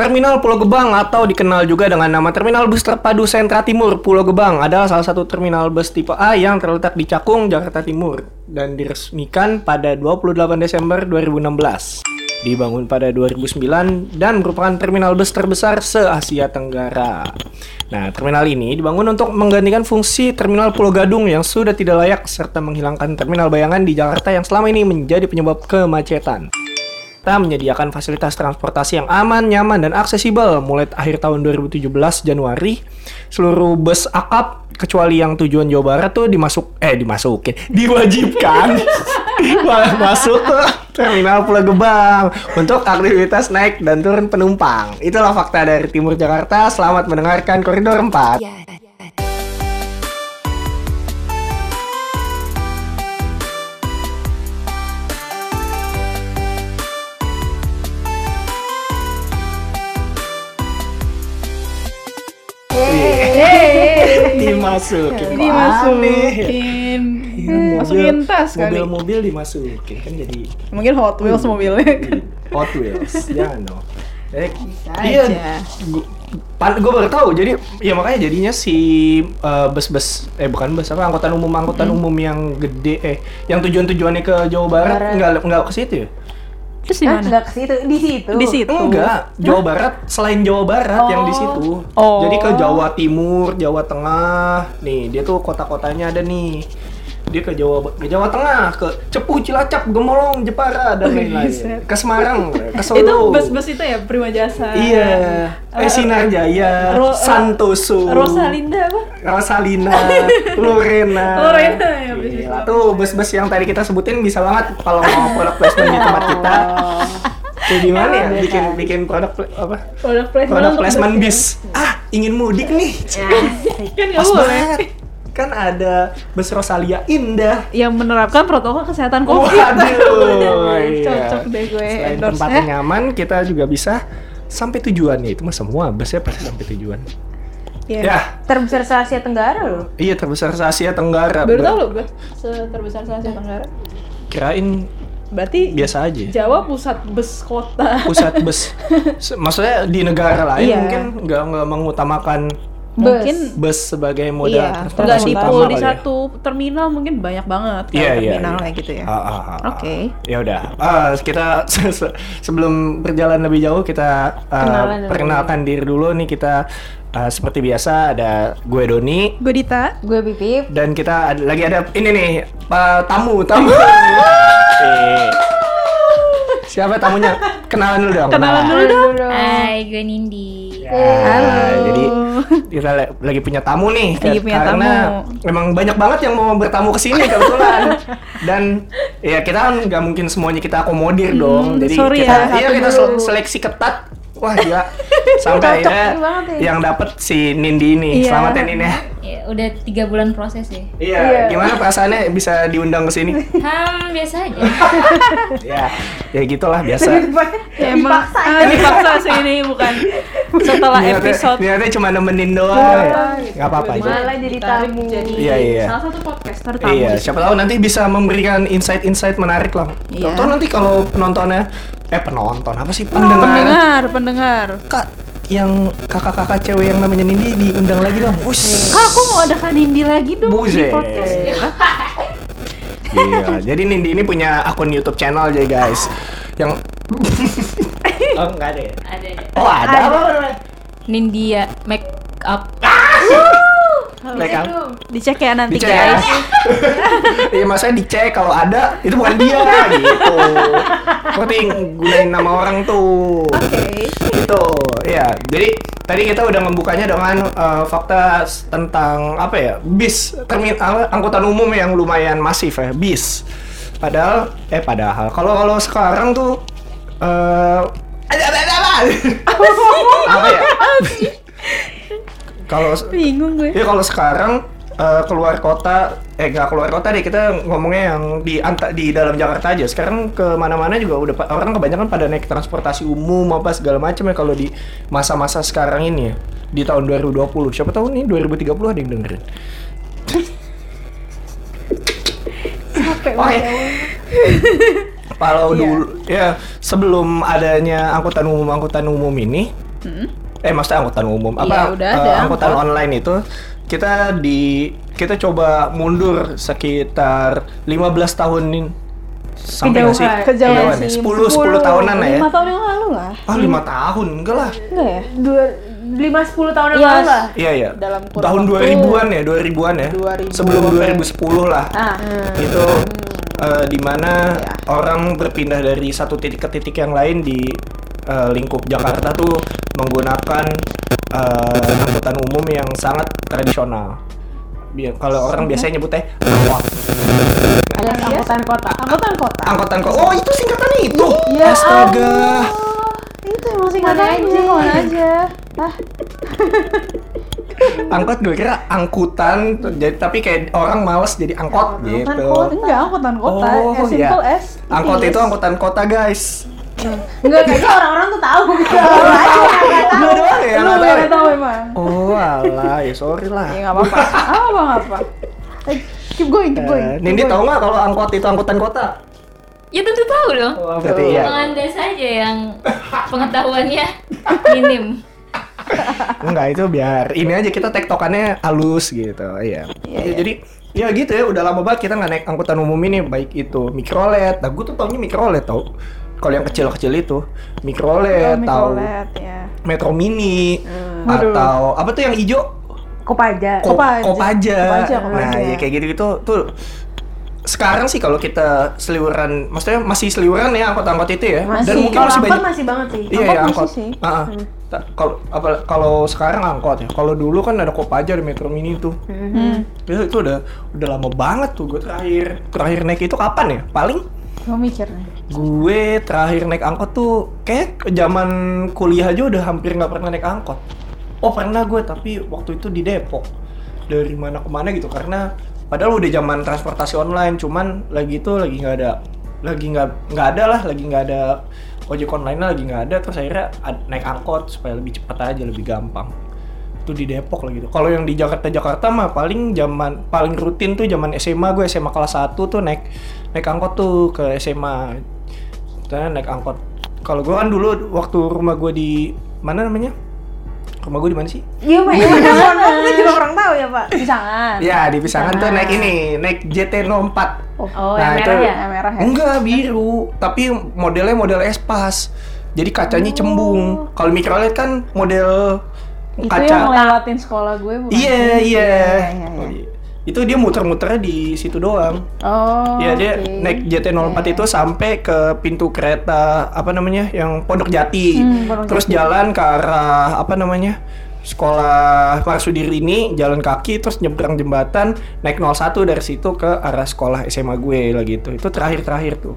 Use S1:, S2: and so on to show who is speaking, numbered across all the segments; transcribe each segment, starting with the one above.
S1: Terminal Pulau Gebang atau dikenal juga dengan nama Terminal Bus Terpadu Sentra Timur Pulau Gebang adalah salah satu terminal bus tipe A yang terletak di Cakung, Jakarta Timur dan diresmikan pada 28 Desember 2016. Dibangun pada 2009 dan merupakan terminal bus terbesar se-Asia Tenggara. Nah, terminal ini dibangun untuk menggantikan fungsi Terminal Pulau Gadung yang sudah tidak layak serta menghilangkan terminal bayangan di Jakarta yang selama ini menjadi penyebab kemacetan kita menyediakan fasilitas transportasi yang aman, nyaman, dan aksesibel mulai akhir tahun 2017 Januari. Seluruh bus akap kecuali yang tujuan Jawa Barat tuh dimasuk eh dimasukin, diwajibkan ma- masuk ke terminal Pulau Gebang untuk aktivitas naik dan turun penumpang. Itulah fakta dari Timur Jakarta. Selamat mendengarkan Koridor 4.
S2: Iya.
S1: Iya. dimasukin. Kok aneh ya?
S2: dimasukin
S1: Iya,
S2: masukin tas kali
S1: Mobil-mobil dimasukin kan jadi
S2: mungkin Hot Wheels mobilnya kan
S1: Hot Wheels, jangan dong. Eh,
S2: aja.
S1: iya, gue baru tahu. Jadi, ya makanya jadinya si eh, bus-bus, eh bukan bus apa angkutan umum angkutan
S2: Hmm.
S1: umum yang gede, eh yang tujuan-tujuannya ke Jawa Barat,
S3: Barat.
S1: nggak nggak ke situ. ya?
S4: Terus di
S3: Hah?
S4: mana?
S3: Nggak ke situ, di situ.
S4: Di situ.
S1: Enggak, Jawa Barat selain Jawa Barat yang di situ.
S2: Oh.
S1: Jadi ke Jawa Timur, Jawa Tengah. Nih, dia tuh kota-kotanya ada nih. Dia ke Jawa ke Jawa Tengah, ke Cepu, Cilacap, Gemolong, Jepara dan lain-lain.
S2: buset.
S1: Ke Semarang, ke Solo.
S2: Oh, iya, itu bus-bus itu ya Prima Jasa
S1: Iya.
S2: Eh,
S1: Eh Sinar Jaya,
S2: Ro- Ro-
S1: Santoso,
S2: Rosalinda apa
S1: Rosalina, Lorena.
S2: Lorena, ya, bus-bus.
S1: Gila, tuh bus-bus yang tadi kita sebutin bisa banget kalau mau produk placement di tempat kita.
S2: Oh.
S1: Kayak gimana ya bikin bikin produk pla- apa?
S2: kan? produk placement ya?
S1: Produk
S2: untuk
S1: placement
S2: bus.
S1: bis. Ah, ingin mudik nih.
S2: kan nggak
S1: Pas
S2: boleh
S1: banget. Kan ada bus Rosalia Indah.
S2: yang menerapkan protokol kesehatan
S1: Waduh,
S2: covid
S1: Oh, iya.
S2: cocok deh gue
S1: Selain
S2: endorse
S1: tempatnya
S2: Eh,
S1: nyaman, kita juga bisa sampai tujuannya itu mah semua busnya pasti sampai tujuan.
S2: iya.
S1: Ya,
S3: Terbesar se Asia Tenggara loh.
S1: iya terbesar se Asia Tenggara.
S2: baru
S1: Ber-
S2: tau loh gue se- terbesar se Asia Tenggara
S1: Kirain
S2: berarti
S1: biasa aja.
S2: Jawa pusat bus kota
S1: pusat bus. Se- Maksudnya di negara lain
S2: Iya.
S1: mungkin nggak nggak mengutamakan
S2: mungkin
S1: bus sebagai moda
S2: Iya, nggak
S1: Oh, transportasi utama
S2: dipul di
S1: kali ya.
S2: satu terminal mungkin banyak banget kan
S1: Iya, iya,
S2: terminal
S1: iya.
S2: kayak gitu ya.
S1: Ah, ah, ah, ah.
S2: Oke.
S1: Ya udah. Ah, kita se- se- sebelum berjalan lebih jauh kita ah,
S3: Kenalan dulu.
S1: perkenalkan diri dulu nih kita ah, seperti biasa ada gue Doni
S2: Gue Dita.
S3: Gue Bipip.
S1: dan kita ada- lagi ada ini nih ah, tamu tamu. Eh. Siapa tamunya? Kenalan dulu dong.
S2: Kenalan dulu dong. Eh,
S4: Hai, gue Nindi.
S1: Ya, Jadi kita la- lagi punya tamu nih Kar-
S2: Lagi punya
S1: karena
S2: tamu.
S1: memang banyak banget yang mau bertamu ke sini kebetulan. Dan ya kita kan nggak mungkin semuanya kita akomodir dong. Jadi
S2: Hmm, sorry
S1: kita
S2: ya,
S1: iya
S3: satu
S1: kita
S3: dulu.
S1: se- seleksi ketat. Wah gila. Sampai
S3: Cocok
S1: akhirnya
S3: banget ya.
S1: yang dapet si Nindi ini.
S2: Iya.
S1: Selamat ya Nindi.
S4: Ya, udah tiga bulan proses ya.
S1: Iya, gimana perasaannya bisa diundang ke sini?
S4: Hmm, biasa aja.
S1: ya, ya gitulah biasa.
S2: Emang
S3: Dipaksa
S2: ah, dipaksa sih ini bukan setelah
S1: Niatnya-
S2: episode Iya.
S1: niatnya cuma nemenin doang. ya. Nggak apa-apa. aja.
S3: Malah jadi
S2: ditarik
S3: tamu.
S2: jadi
S1: Iya, iya.
S2: salah satu podcaster tamu.
S1: Iya,
S2: di sini.
S1: siapa tahu nanti bisa memberikan insight-insight menarik lah.
S2: Iya.
S1: Tahu nanti kalau penontonnya eh penonton apa sih pendengar
S2: Pendengar, pendengar.
S1: kak yang kakak-kakak cewek yang namanya Nindi diundang lagi dong. Wush.
S2: Iya. Kak, aku mau ada Kak Nindi lagi dong
S1: Buset.
S2: di podcast.
S1: Iya, jadi Nindi ini punya akun YouTube channel aja guys. Yang Oh, enggak ada ya.
S4: Ada ada.
S1: Oh, ada. apa?
S5: ya,
S4: Nindia make up.
S1: Mereka
S2: Dicek ya nanti
S1: dicek ya.
S2: guys.
S1: Iya, maksudnya dicek kalau ada itu bukan dia gitu. Berarti gunain nama orang tuh.
S2: Oke.
S1: gitu ya jadi tadi kita udah membukanya dengan eh, fakta s- tentang apa ya bis terminal angkutan umum yang lumayan masif ya bis padahal eh padahal kalau kalau sekarang tuh eh ada ada ada apa? apa ya kalau
S2: Bingung gue.
S1: ya kalau sekarang eh, keluar kota eh nggak keluar kota deh kita ngomongnya yang di anta, di dalam Jakarta aja sekarang kemana-mana juga udah pa- orang kebanyakan pada naik transportasi umum apa segala macam ya kalau di masa-masa sekarang ini ya di tahun 2020 siapa tahu nih 2030 ada yang dengerin Oke. Kalau dulu ya sebelum adanya angkutan umum angkutan umum ini
S2: Hmm?
S1: eh maksudnya angkutan umum apa
S2: Iya, udah
S1: eh,
S2: ada
S1: angkutan
S2: angkot.
S1: online itu kita di kita coba mundur sekitar 15 tahun ini sampai nggak sih
S3: Kejauhan. Kejauhan
S1: ya?
S3: sih.
S1: 10 10 tahunan lah ya
S3: Lima tahun yang lalu lah.
S1: ah 5 tahun enggak lah
S3: Enggak ya? Dua, lima sepuluh tahun yang
S2: Iya.
S3: lalu lah.
S1: iya iya
S3: Dalam kurun
S1: tahun
S3: waktu-
S1: 2000-an ya 2000-an ya
S3: 2000.
S1: sebelum 2010 lah Hmm.
S3: Ah, Hmm. Iya.
S1: itu eh, di dimana orang berpindah dari satu titik ke titik yang lain di eh, lingkup Jakarta tuh menggunakan eh, angkutan umum yang sangat tradisional. Bi- Kalau orang biasanya nyebutnya angkot.
S3: ada angkutan kota. Angkutan kota.
S1: Angkotan kok. Oh, itu singkatannya itu.
S3: Ya
S1: Astaga.
S3: Itu emang singkatannya
S2: aja,
S3: mana aja. Ah,
S1: Angkot gue kira angkutan jadi tapi kayak orang males jadi angkot gitu.
S3: angkutan kota. Enggak, angkutan kota.
S1: Oh,
S3: as simple ya.
S1: iya.
S3: as. it
S1: Angkot
S3: is.
S1: itu angkutan kota, guys.
S3: Enggak, kayaknya orang-orang tuh tahu. Lu aja nggak
S1: Lu
S3: tahu.
S1: doang ya, nggak
S3: Lu
S1: tahu
S3: nggak
S1: ya?
S3: tahu emang.
S1: Oh, alah, ya sorry lah.
S3: Ya nggak apa-apa. Ah, apa nggak apa. Eh, Keep going, keep going.
S1: Eh, Nindi tahu nggak kalau angkot itu angkutan kota?
S4: Ya tentu tahu dong.
S1: Berarti iya.
S4: Penganda saja yang pengetahuannya minim.
S1: Enggak itu biar ini aja kita tektokannya halus gitu. Iya. Ya, Jadi ya gitu ya udah lama banget kita nggak naik angkutan umum ini baik itu mikrolet. Nah gue tuh taunya mikrolet tau. Kalau yang kecil-kecil itu mikrolet,
S3: Mikro
S1: Iya, tahu
S3: LED, ya.
S1: metro mini
S3: Iya, Waduh.
S1: atau apa tuh yang hijau
S3: Kopaja.
S1: Kop-
S3: Kopaja.
S1: Kopaja.
S3: Kopaja,
S1: Nah,
S3: Kopaja.
S1: ya kayak gitu-gitu tuh sekarang sih kalau kita seliuran, maksudnya masih seliuran ya angkot-angkot itu ya.
S3: Masih.
S1: Dan mungkin
S3: Kalau
S1: masih
S3: angkot
S1: banyak
S3: masih banget sih.
S1: Iya, ya, angkot.
S3: masih sih. Hmm.
S1: Ah, ah. Ta- Kalau apa- kalau sekarang angkot ya. Kalau dulu kan ada Kopaja ada Metro Mini tuh.
S3: Hmm.
S1: Ya, itu udah udah lama banget tuh gue terakhir terakhir naik itu kapan ya? Paling
S3: Gua mikir nih.
S1: gue terakhir naik angkot tuh kayak ke zaman kuliah aja udah hampir nggak pernah naik angkot. Oh pernah gue tapi waktu itu di Depok dari mana ke mana gitu karena padahal udah zaman transportasi online cuman lagi itu lagi nggak ada lagi nggak nggak ada lah lagi nggak ada ojek online lagi nggak ada terus akhirnya ad- naik angkot supaya lebih cepat aja lebih gampang itu di Depok lah gitu. Kalau yang di Jakarta Jakarta mah paling zaman paling rutin tuh zaman SMA gue SMA kelas 1 tuh naik naik angkot tuh ke SMA. Kita naik angkot. Kalau gue kan dulu waktu rumah gue di mana namanya? Rumah gue di mana sih?
S3: Iya, Pak. Iya, Pak. Gue juga kurang tahu ya, Pak. Pisangan.
S1: Ya di Pisangan tuh naik ini, naik JT 04.
S3: Oh,
S1: Nah,
S3: yang merah
S1: itu-
S3: ya? Yang merah ya?
S1: Enggak biru, tapi modelnya model espas. Jadi kacanya
S3: Oh.
S1: cembung. Kalau mikrolet kan model
S3: Itu
S1: kaca
S3: yang ngelewatin sekolah gue bukan?
S1: Iya, iya.
S3: iya,
S1: Oh, iya. Itu dia muter-muternya di situ doang.
S3: Oh,
S1: Iya, dia
S3: oke.
S1: naik JT04 itu sampai ke pintu kereta apa namanya? yang Pondok Jati.
S3: Hmm, Pondok
S1: terus jalan ke arah apa namanya? Sekolah Marsudiri ini jalan kaki terus nyebrang jembatan naik 01 dari situ ke arah sekolah SMA gue lah gitu. Itu terakhir-terakhir tuh.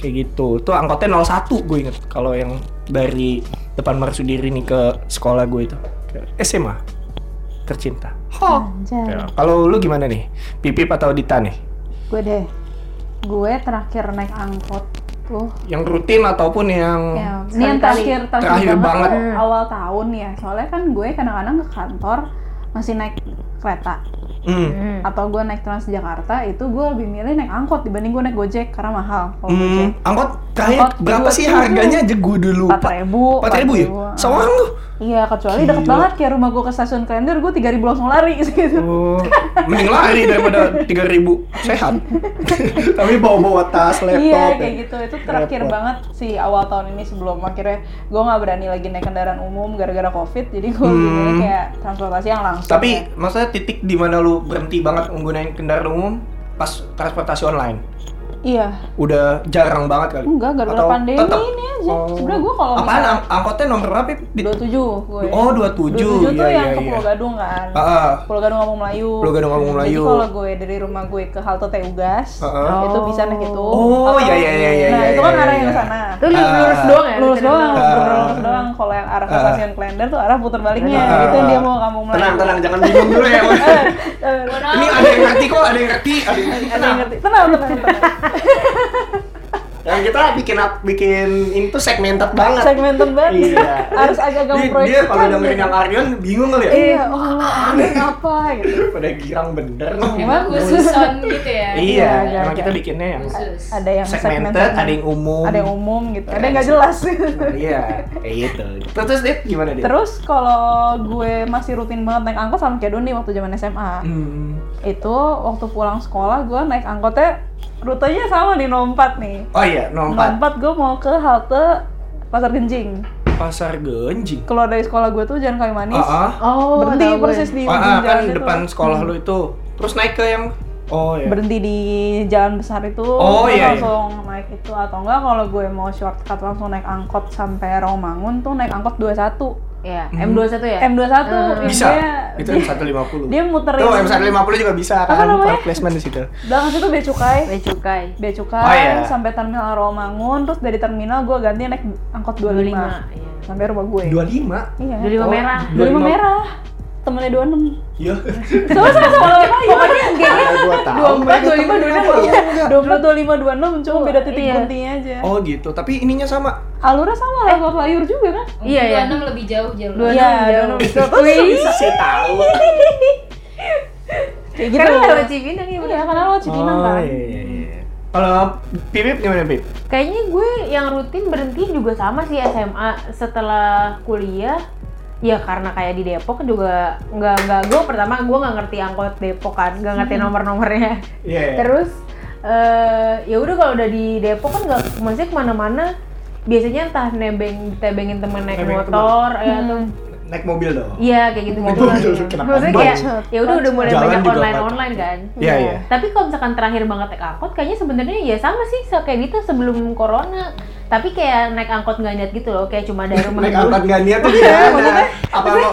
S1: Kayak gitu. Itu angkotnya 01 gue inget kalau yang dari depan Marsudiri ini ke sekolah gue itu. Ke SMA tercinta.
S3: Anjay.
S1: Ya, Kalau lu gimana nih? Pipip atau Dita nih?
S3: Gue deh. Gue terakhir naik angkot tuh.
S1: Yang rutin ataupun yang
S3: Ya, ini
S2: sekali-kali.
S3: yang terakhir terakhir,
S1: Hmm. Terakhir banget.
S3: tuh awal tahun ya. Soalnya kan gue kadang-kadang ke kantor masih naik kereta
S1: Hmm.
S3: atau gue naik Transjakarta itu gue lebih milih naik angkot dibanding gue naik Gojek karena mahal kalau
S1: Hmm,
S3: Gojek.
S1: angkot terakhir
S3: Iya. Angkot
S1: berapa
S3: dua
S1: sih
S3: ribu.
S1: harganya aja gue dulu
S3: Empat
S1: lupa.
S3: ribu,
S1: 4000 ya? Seorang tuh.
S3: Iya, kecuali deket
S1: Gila.
S3: banget kayak rumah gue ke stasiun Klender, gue 3000 langsung lari gitu.
S1: Oh, mending lari daripada 3000 sehat. Tapi bawa-bawa tas, laptop.
S3: iya kayak
S1: ya.
S3: gitu itu terakhir
S1: Repot.
S3: banget sih awal tahun ini sebelum akhirnya gue nggak berani lagi naik kendaraan umum gara-gara covid jadi gue
S1: Hmm.
S3: milih kayak transportasi yang langsung
S1: Tapi
S3: ya.
S1: maksudnya titik di mana lu berhenti banget menggunakan kendaraan umum pas transportasi online.
S3: iya
S1: Udah jarang banget kali.
S3: enggak gara-gara
S1: Atau
S3: pandemi
S1: tetep?
S3: ini aja
S1: Oh.
S3: sebenernya gue kalau
S1: Apaan ang- angkotnya nomor berapa? Di...
S3: dua tujuh gue
S1: Oh, 27.
S3: tuh
S1: Iya,
S3: yang
S1: iya,
S3: ke
S1: iya.
S3: Pulau Gadung kan
S1: Ah, ah.
S3: Pulau Gadung ngomong Melayu
S1: Pulau Gadung Kampung Melayu.
S3: jadi kalau gue dari rumah gue ke halte Teugas
S1: Heeh.
S3: itu bisa naik itu
S1: Oh, iya, iya, iya, iya,
S3: nah
S1: iya,
S3: itu kan
S1: iya,
S3: arah
S1: iya.
S3: yang ke sana Iya.
S2: Lu lurus, lurus doang ya?
S3: lurus doang,
S1: Ah.
S3: lurus lurus doang. Kalau yang arah ke
S1: Ah.
S3: stasiun Klender tuh arah putar baliknya.
S1: Ah.
S3: Iya, Itu dia mau Eh, kamu mulai.
S1: Tenang, tenang, jangan bingung dulu ya. Mas.
S3: eh.
S1: Ini ada yang ngerti kok, ada yang ngerti. Ada yang...
S3: Ada yang ngerti. Tenang, tenang, tenang.
S1: Nah, kita bikin up- bikin ini tuh segmented banget.
S3: Segmented banget.
S1: Iya.
S3: Harus agak-agak
S1: Dia- Dia
S3: memproyeksikan
S1: kalau dengerin
S3: gitu.
S1: yang Aryan bingung kali ya.
S3: Iya, oh, ada apa gitu.
S1: Pada girang bener.
S4: Emang khusus sound gitu ya?
S1: Iya,
S3: Iya,
S1: emang
S3: iya.
S1: kita bikinnya yang
S4: Khusus.
S3: Ada yang
S1: segmented, ada yang umum.
S3: ada yang umum gitu, ada yang nggak jelas.
S1: Nah, iya, kayak gitu. Terus, terus Dit, gimana Dit?
S3: Terus kalau gue masih rutin banget naik angkot sama kayak Doni waktu zaman SMA.
S1: Hmm.
S3: Itu waktu pulang sekolah gue naik angkotnya rutenya sama nih nompat nih.
S1: Oh iya, nompat.
S3: Nompat gue mau ke halte Pasar Genjing.
S1: Pasar Genjing.
S3: Keluar dari sekolah gue tuh Jalan Kayu Manis.
S1: Heeh.
S3: Ah,
S2: Oh,
S3: berhenti
S2: tahu gue.
S3: persis di
S1: Oh, ah,
S3: ujung
S1: kan
S3: jalan iya, itu.
S1: depan sekolah lu itu. Terus naik ke yang Oh iya.
S3: berhenti di jalan besar itu
S1: Oh,
S3: gue
S1: iya, iya.
S3: langsung naik itu atau enggak kalau gue mau shortcut langsung naik angkot sampai Romangun tuh naik angkot 21
S2: Iya, M21 ya?
S3: M21 ya
S1: Bisa.
S3: dia,
S1: itu
S3: dia,
S1: M150.
S3: dia muterin
S1: Tuh, M150 juga bisa
S3: Apa
S1: kan
S3: namanya?
S1: park placement di situ.
S3: belakang situ bea cukai
S2: Bea Cukai.
S3: bea cukai
S1: Oh, iya.
S3: sampai terminal Romangun terus dari terminal gue ganti naik angkot 25,
S2: 25, iya.
S3: sampai rumah gue
S1: 25.
S3: iya
S2: 25
S1: Oh,
S2: merah.
S3: 25 merah temennya 26
S1: Iya.
S3: sama sama sama lawan aja pokoknya gengnya
S1: Gua tahu. mereka
S3: 24, 25,
S1: temennya
S3: 26 24, 25, 26 cuma beda titik
S2: Iya.
S3: guntingnya aja
S1: apa? Oh gitu, tapi ininya sama.
S3: alurnya sama
S1: Eh.
S3: lah kalau layur juga kan
S2: Iya, iya.
S4: 26 lebih jauh jalur.
S2: Dua- 26,
S3: Iya,
S2: 26.
S3: 26. Terus bisa
S1: Saya tahu.
S3: kayak gitu
S2: Karena lewat Cipinang ya,
S3: Iya, karena lo Cipinang
S1: Oh
S3: kan
S1: iya. iya, iya. Kalau Pipip gimana Pip?
S2: Kayaknya gue yang rutin berhenti juga sama sih SMA setelah kuliah. Ya karena kayak di Depok juga nggak nggak gue pertama gue nggak ngerti angkot Depok kan, nggak ngerti nomor-nomornya.
S1: Iya. iya.
S2: Terus eh ya udah kalau udah di Depok kan nggak maksudnya kemana-mana biasanya entah nebeng tebengin temen naik
S1: Nebengin
S2: motor ya, atau
S1: naik mobil dong.
S2: iya kayak gitu
S1: Naik
S2: mobil.
S1: mobil, kenapa
S2: Maksudnya
S1: banget?
S2: kayak ya udah udah mulai
S1: Jalan
S2: banyak
S1: juga
S2: online
S1: nggak
S2: online kan.
S1: Iya, iya.
S2: Tapi kalau misalkan terakhir banget naik angkot, kayaknya sebenarnya ya sama sih se- kayak gitu sebelum corona. Tapi kayak naik angkot nggak niat gitu loh, kayak cuma dari rumah
S1: Naik
S2: dulu.
S1: angkot nggak niat tuh gimana? Apa lo? Ah,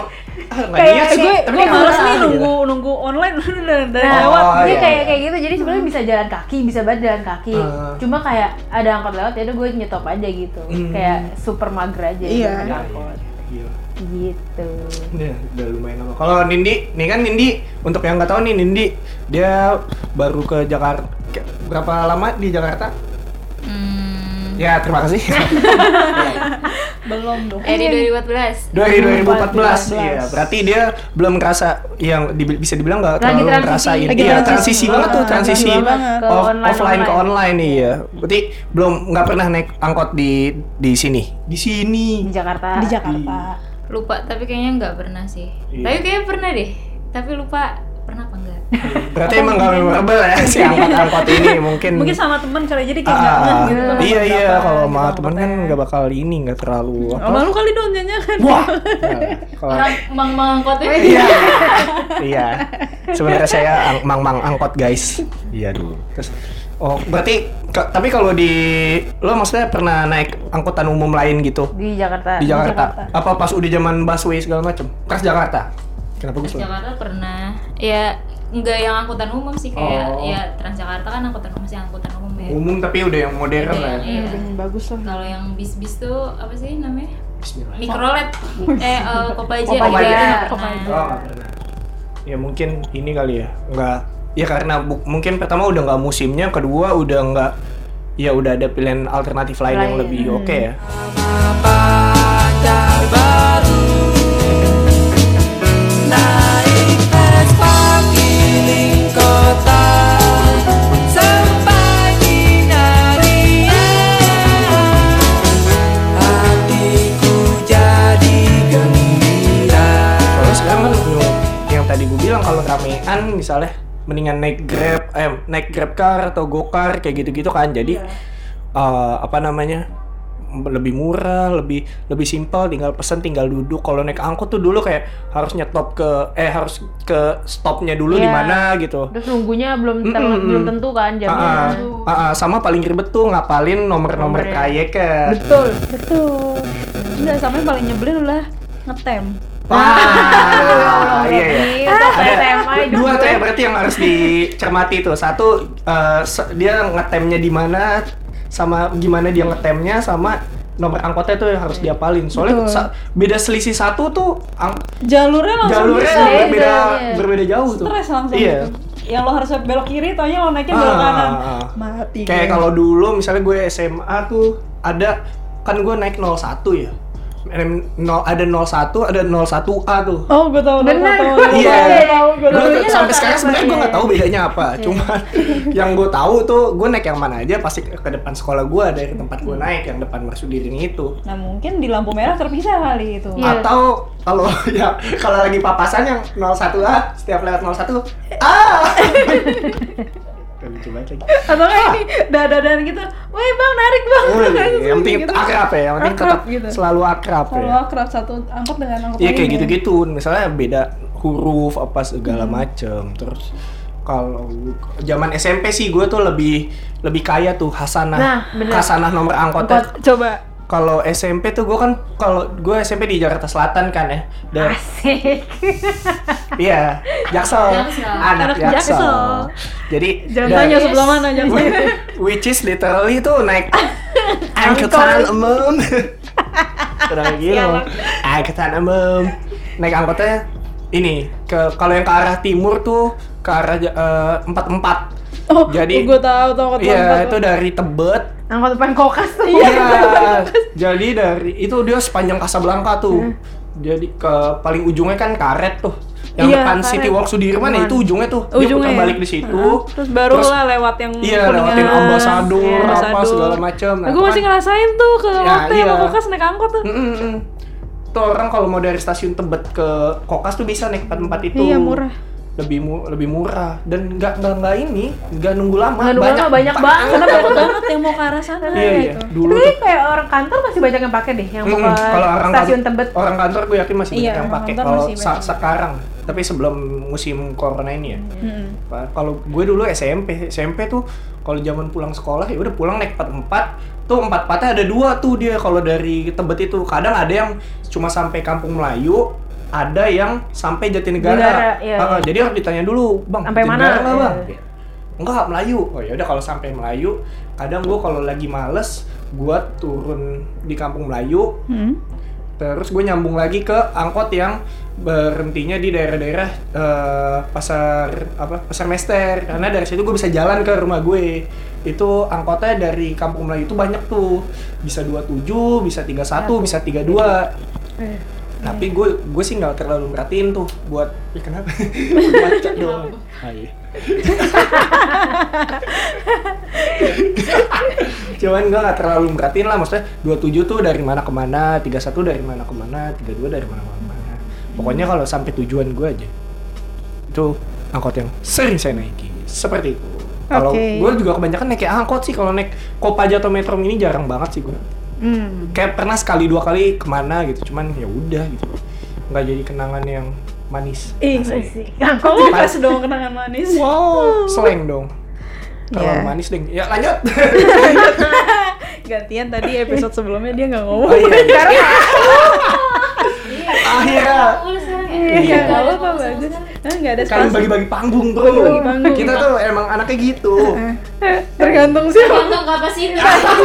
S1: nggak
S3: kayak
S1: niat sih,
S3: gue
S1: tapi
S3: gue
S1: naik
S3: males
S1: angkot
S3: nih
S1: gitu.
S3: nunggu nunggu online udah dari
S2: Nah,
S3: lewat
S1: Oh,
S2: jadi
S1: iya,
S2: kayak
S1: iya.
S2: kayak gitu. Jadi sebenarnya bisa jalan kaki, bisa banget jalan kaki.
S1: Ah.
S2: Cuma kayak ada angkot lewat ya udah gue nyetop aja gitu.
S1: Hmm.
S2: Kayak super mager aja
S3: Iya.
S2: gitu, naik
S1: Iya, iya,
S2: angkot.
S1: iya.
S2: Gitu.
S1: Ya, udah lumayan lama. Kalau Nindi, nih kan Nindi, untuk yang nggak tahu nih Nindi, dia baru ke Jakarta ke- berapa lama di Jakarta?
S4: Hmm.
S1: Ya terima kasih.
S3: belum dong
S4: Eh,
S2: iya.
S4: di 2014.
S1: Dari 2014.
S3: 2014.
S1: Iya, berarti dia belum ngerasa yang di- bisa dibilang nggak
S2: Lagi
S1: terlalu
S2: transisi.
S1: ngerasain.
S2: Lagi
S1: Iya,
S2: transisi.
S1: transisi banget tuh,
S3: Ah,
S1: transisi
S3: transisi banget.
S2: Ke
S1: off-
S2: online,
S1: offline ke
S2: online.
S1: online iya. Berarti belum nggak pernah naik angkot di di sini. Di sini.
S2: Di Jakarta.
S3: di Jakarta
S4: Lupa, tapi kayaknya nggak pernah sih.
S1: Iya.
S4: Tapi kayaknya pernah deh. Tapi lupa pernah apa enggak.
S1: Berarti emang nggak memorable ya si angkot-angkot ini mungkin.
S3: mungkin sama temen kali jadi kayak nggak ngeh
S1: Ah,
S3: gitu
S1: iya iya kalau sama temen Iya,
S3: temen
S1: kan nggak bakal ini nggak terlalu
S3: sama
S1: apa
S3: lu kali dong nyanyi kan
S1: wah Nah, kalau
S4: Orang mang-mang angkotnya.
S1: iya iya sebenarnya saya ang- mang mang angkot guys iya dulu terus oh berarti ka- tapi kalau di lo maksudnya pernah naik angkutan umum lain gitu
S2: Di Jakarta.
S1: di Jakarta apa pas udah zaman busway segala macem Tras Jakarta kenapa gue
S4: Trans
S1: selalu
S4: Jakarta pernah. Ya nggak yang angkutan umum sih kayak
S1: Oh.
S4: ya Transjakarta kan angkutan umum sih angkutan umum ya.
S1: umum tapi udah yang modern
S4: Iya,
S1: lah ya.
S4: iya.
S3: bagus lah
S4: Kalau yang bis-bis tuh apa sih namanya?
S3: Iya.
S1: Bismillah
S4: Mikrolet. Eh eh, Kopaja.
S1: Kopaja.
S4: Iya,
S3: Kopaja.
S4: pernah.
S1: Oh, nggak pernah. Ya mungkin ini kali ya. Nggak ya karena bu- mungkin pertama udah nggak musimnya, kedua udah nggak ya udah ada pilihan alternatif lain yang
S2: Lain.
S1: lebih oke ya. Soalnya sekarang kan yang, yang tadi gue bilang kalau ramean misalnya mendingan naik grab, eh, naik grab car atau gokar kayak gitu-gitu kan. Jadi eh, apa namanya lebih murah, lebih lebih simpel, tinggal pesen, tinggal duduk. Kalau naik angkot tuh dulu kayak harus nyetop ke eh harus ke stopnya dulu di
S2: Iya.
S1: mana gitu.
S2: Terus nunggunya belum ter-
S1: Mm-mm.
S2: belum tentu kan jamnya.
S1: Ah, ah, ah, ah, sama paling ribet tuh ngapalin nomor-nomor
S2: Nomornya.
S1: kayakan.
S3: betul betul udah sampai yang paling nyebelin adalah ngetem
S1: Wah, iya iya.
S2: Iya, SMA
S1: Dua tuh ya berarti yang harus dicermati tuh. Satu eh, se- dia ngetemnya di mana sama gimana dia ngetemnya sama nomor angkotnya tuh yang harus diapalin. Soalnya
S3: Betul.
S1: sa- beda selisih satu tuh ang-
S3: jalurnya langsung
S1: jalurnya
S3: bisa
S1: berbeda
S2: iya.
S1: berbeda jauh tuh.
S3: Stres langsung
S1: Iya.
S3: gitu. yang lo harus belok kiri taunya lo naikin belok
S1: Ah,
S3: kanan
S1: ah, ah.
S3: mati Iya.
S1: Kayak
S3: gue.
S1: kalau dulu misalnya gue SMA tuh ada kan gue naik 01 ya. Em, nol- ada 01, ada 01A tuh.
S3: oh gue tau gue
S2: Bener.
S3: tau
S1: Iya.
S3: gue tau gue tau
S1: Gue
S2: Dulunya
S1: sampai
S2: rata-rata
S1: sekarang sebenarnya Iya. gue
S2: ya.
S1: nggak tahu bedanya apa. Cuman yang gue tahu tuh gue naik yang mana aja pasti ke depan sekolah gue dari tempat gue naik yang depan Marsudiring itu.
S3: nah mungkin di lampu merah terpisah kali itu
S2: Iya.
S1: Atau kalau ya kalau lagi papasan yang 01A setiap lewat 01 ah. gitu Gak lucu banget lagi.
S3: atau kayak ini dadadan gitu weh bang narik bang
S1: Wih,
S3: Terus
S1: Iya, yang penting
S3: gitu.
S1: akrab ya, yang penting tetap
S3: Akrab gitu.
S1: selalu akrab
S3: kalau
S1: ya.
S3: akrab satu angkot dengan angkot ya.
S1: Iya kayak
S3: lainnya.
S1: gitu-gitu, misalnya beda huruf apa segala
S3: Hmm.
S1: macem. Terus kalau zaman SMP sih gue tuh lebih lebih kaya tuh Hasanah,
S2: Nah, bener.
S1: Hasanah nomor angkotnya.
S3: Angkot, coba
S1: Kalau SMP tuh gue kan kalau gue SMP di Jakarta Selatan kan ya, dan
S2: Asik.
S1: iya Jaksel,
S4: Jaksel.
S1: anak
S3: Anak
S1: Jaksel.
S3: Jaksel.
S1: Jadi
S3: jangan
S1: dan-
S3: tanya sebelah mana
S1: Iya.
S3: jangan tanya
S1: Which is literally tuh naik angkutan umum. Kurang gitu. Angkutan umum. Naik angkotnya ini ke kalau yang ke arah timur tuh ke arah empat empat.
S3: oh
S1: Jadi-
S3: gue tahu tahu angkot
S1: Iya
S3: angkot.
S1: itu dari Tebet.
S2: Angkot pengkokas tuh.
S1: Iya. Jadi dari itu dia sepanjang Casablanca
S3: Hmm.
S1: tuh. Jadi ke paling ujungnya kan karet tuh. Yang
S3: Iya,
S1: depan
S3: Karet.
S1: City Walk Sudirman ya itu ujungnya tuh. Dia
S3: Ujungnya
S1: putar
S3: ya?
S1: balik di situ.
S3: Heeh. terus baru lah lewat yang
S1: Iya, lewatin
S3: Kuningan.
S1: ambasadur,
S3: Iya,
S1: apa
S3: Ambasadur.
S1: segala macam. Nah,
S3: Aku masih
S1: cuman-
S3: ngerasain tuh ke
S1: Ya,
S3: waktu yang
S1: iya.
S3: aku kas naik angkot tuh.
S1: Mm, mm, mm. Tuh orang kalau mau dari stasiun Tebet ke Kokas tuh bisa naik tempat-tempat itu.
S3: Iya, murah.
S1: Lebih mu- lebih murah dan nggak nggak nggak ini nggak nunggu lama.
S2: Nggak nunggu lama, banyak banget.
S3: Karena banyak banget yang mau ke arah sana
S1: Iya iya.
S3: gitu.
S1: Dulu
S2: Tapi
S1: tuh.
S2: kayak orang kantor masih banyak yang pakai deh, yang mau
S1: Mm,
S2: ke
S1: kalau orang kantor,
S2: stasiun
S1: Oh.
S2: Tebet.
S1: orang kantor gue yakin masih
S3: Iya,
S1: banyak yang
S3: orang
S1: pakai
S3: kantor
S1: kalau
S3: masih
S1: sa-
S3: banyak.
S1: sekarang tapi sebelum musim corona ini ya
S3: Mm-mm.
S1: Pa- kalau gue dulu SMP SMP tuh kalau zaman pulang sekolah ya udah pulang naik 44 tuh 44 ada dua tuh dia kalau dari Tebet itu kadang ada yang cuma sampai Kampung Melayu ada yang sampai Jatinegara
S2: Negara, iya,
S1: Ah,
S2: iya.
S1: jadi harus ditanya dulu bang
S2: Sampai mana?
S1: Jatinegara nggak, bang
S2: Iya.
S1: enggak Melayu oh ya udah kalau sampai Melayu kadang gue kalau lagi males gue turun di Kampung Melayu
S3: Hmm.
S1: Terus gue nyambung lagi ke angkot yang berhentinya di daerah-daerah eh, pasar apa pasar Mester karena dari situ gue bisa jalan ke rumah gue itu angkotnya dari Kampung Melayu itu banyak tuh bisa 27 bisa 31
S2: Iya.
S1: bisa 32
S2: Eh,
S1: tapi gue gue sih nggak terlalu merhatiin tuh buat ya kenapa baca doang Ah, iya. cuman gue nggak terlalu merhatiin lah maksudnya 27 tuh dari mana kemana 31 dari mana kemana 32 dari mana kemana pokoknya kalau sampai tujuan gue aja itu angkot yang sering saya naiki seperti itu kalau
S3: Oke.
S1: gue juga kebanyakan naik angkot sih kalau naik kopaja atau metro ini jarang banget sih gue
S3: Hmm.
S1: kayak pernah sekali dua kali kemana gitu cuman ya udah gitu nggak jadi kenangan yang manis
S3: Ih,
S1: Asik.
S2: Asik. Angkot.
S3: Kok iya. pas dong kenangan manis?
S1: wow slang dong terlalu
S3: Iya.
S1: manis deh ya lanjut
S3: Gantian tadi episode sebelumnya dia nggak ngomong.
S1: Oh, iya.
S4: Iya.
S1: Akhirnya.
S4: Iya.
S3: Iya, nggak
S4: Kalau
S3: apa-apa bagus. Hah, nggak ada
S1: Kalian
S3: spasi.
S1: bagi-bagi panggung bro.
S3: Bagi-bagi Iya. panggung.
S1: Kita tuh emang anaknya gitu.
S3: Tergantung sih.
S4: Tergantung kapasitas.
S2: Tapi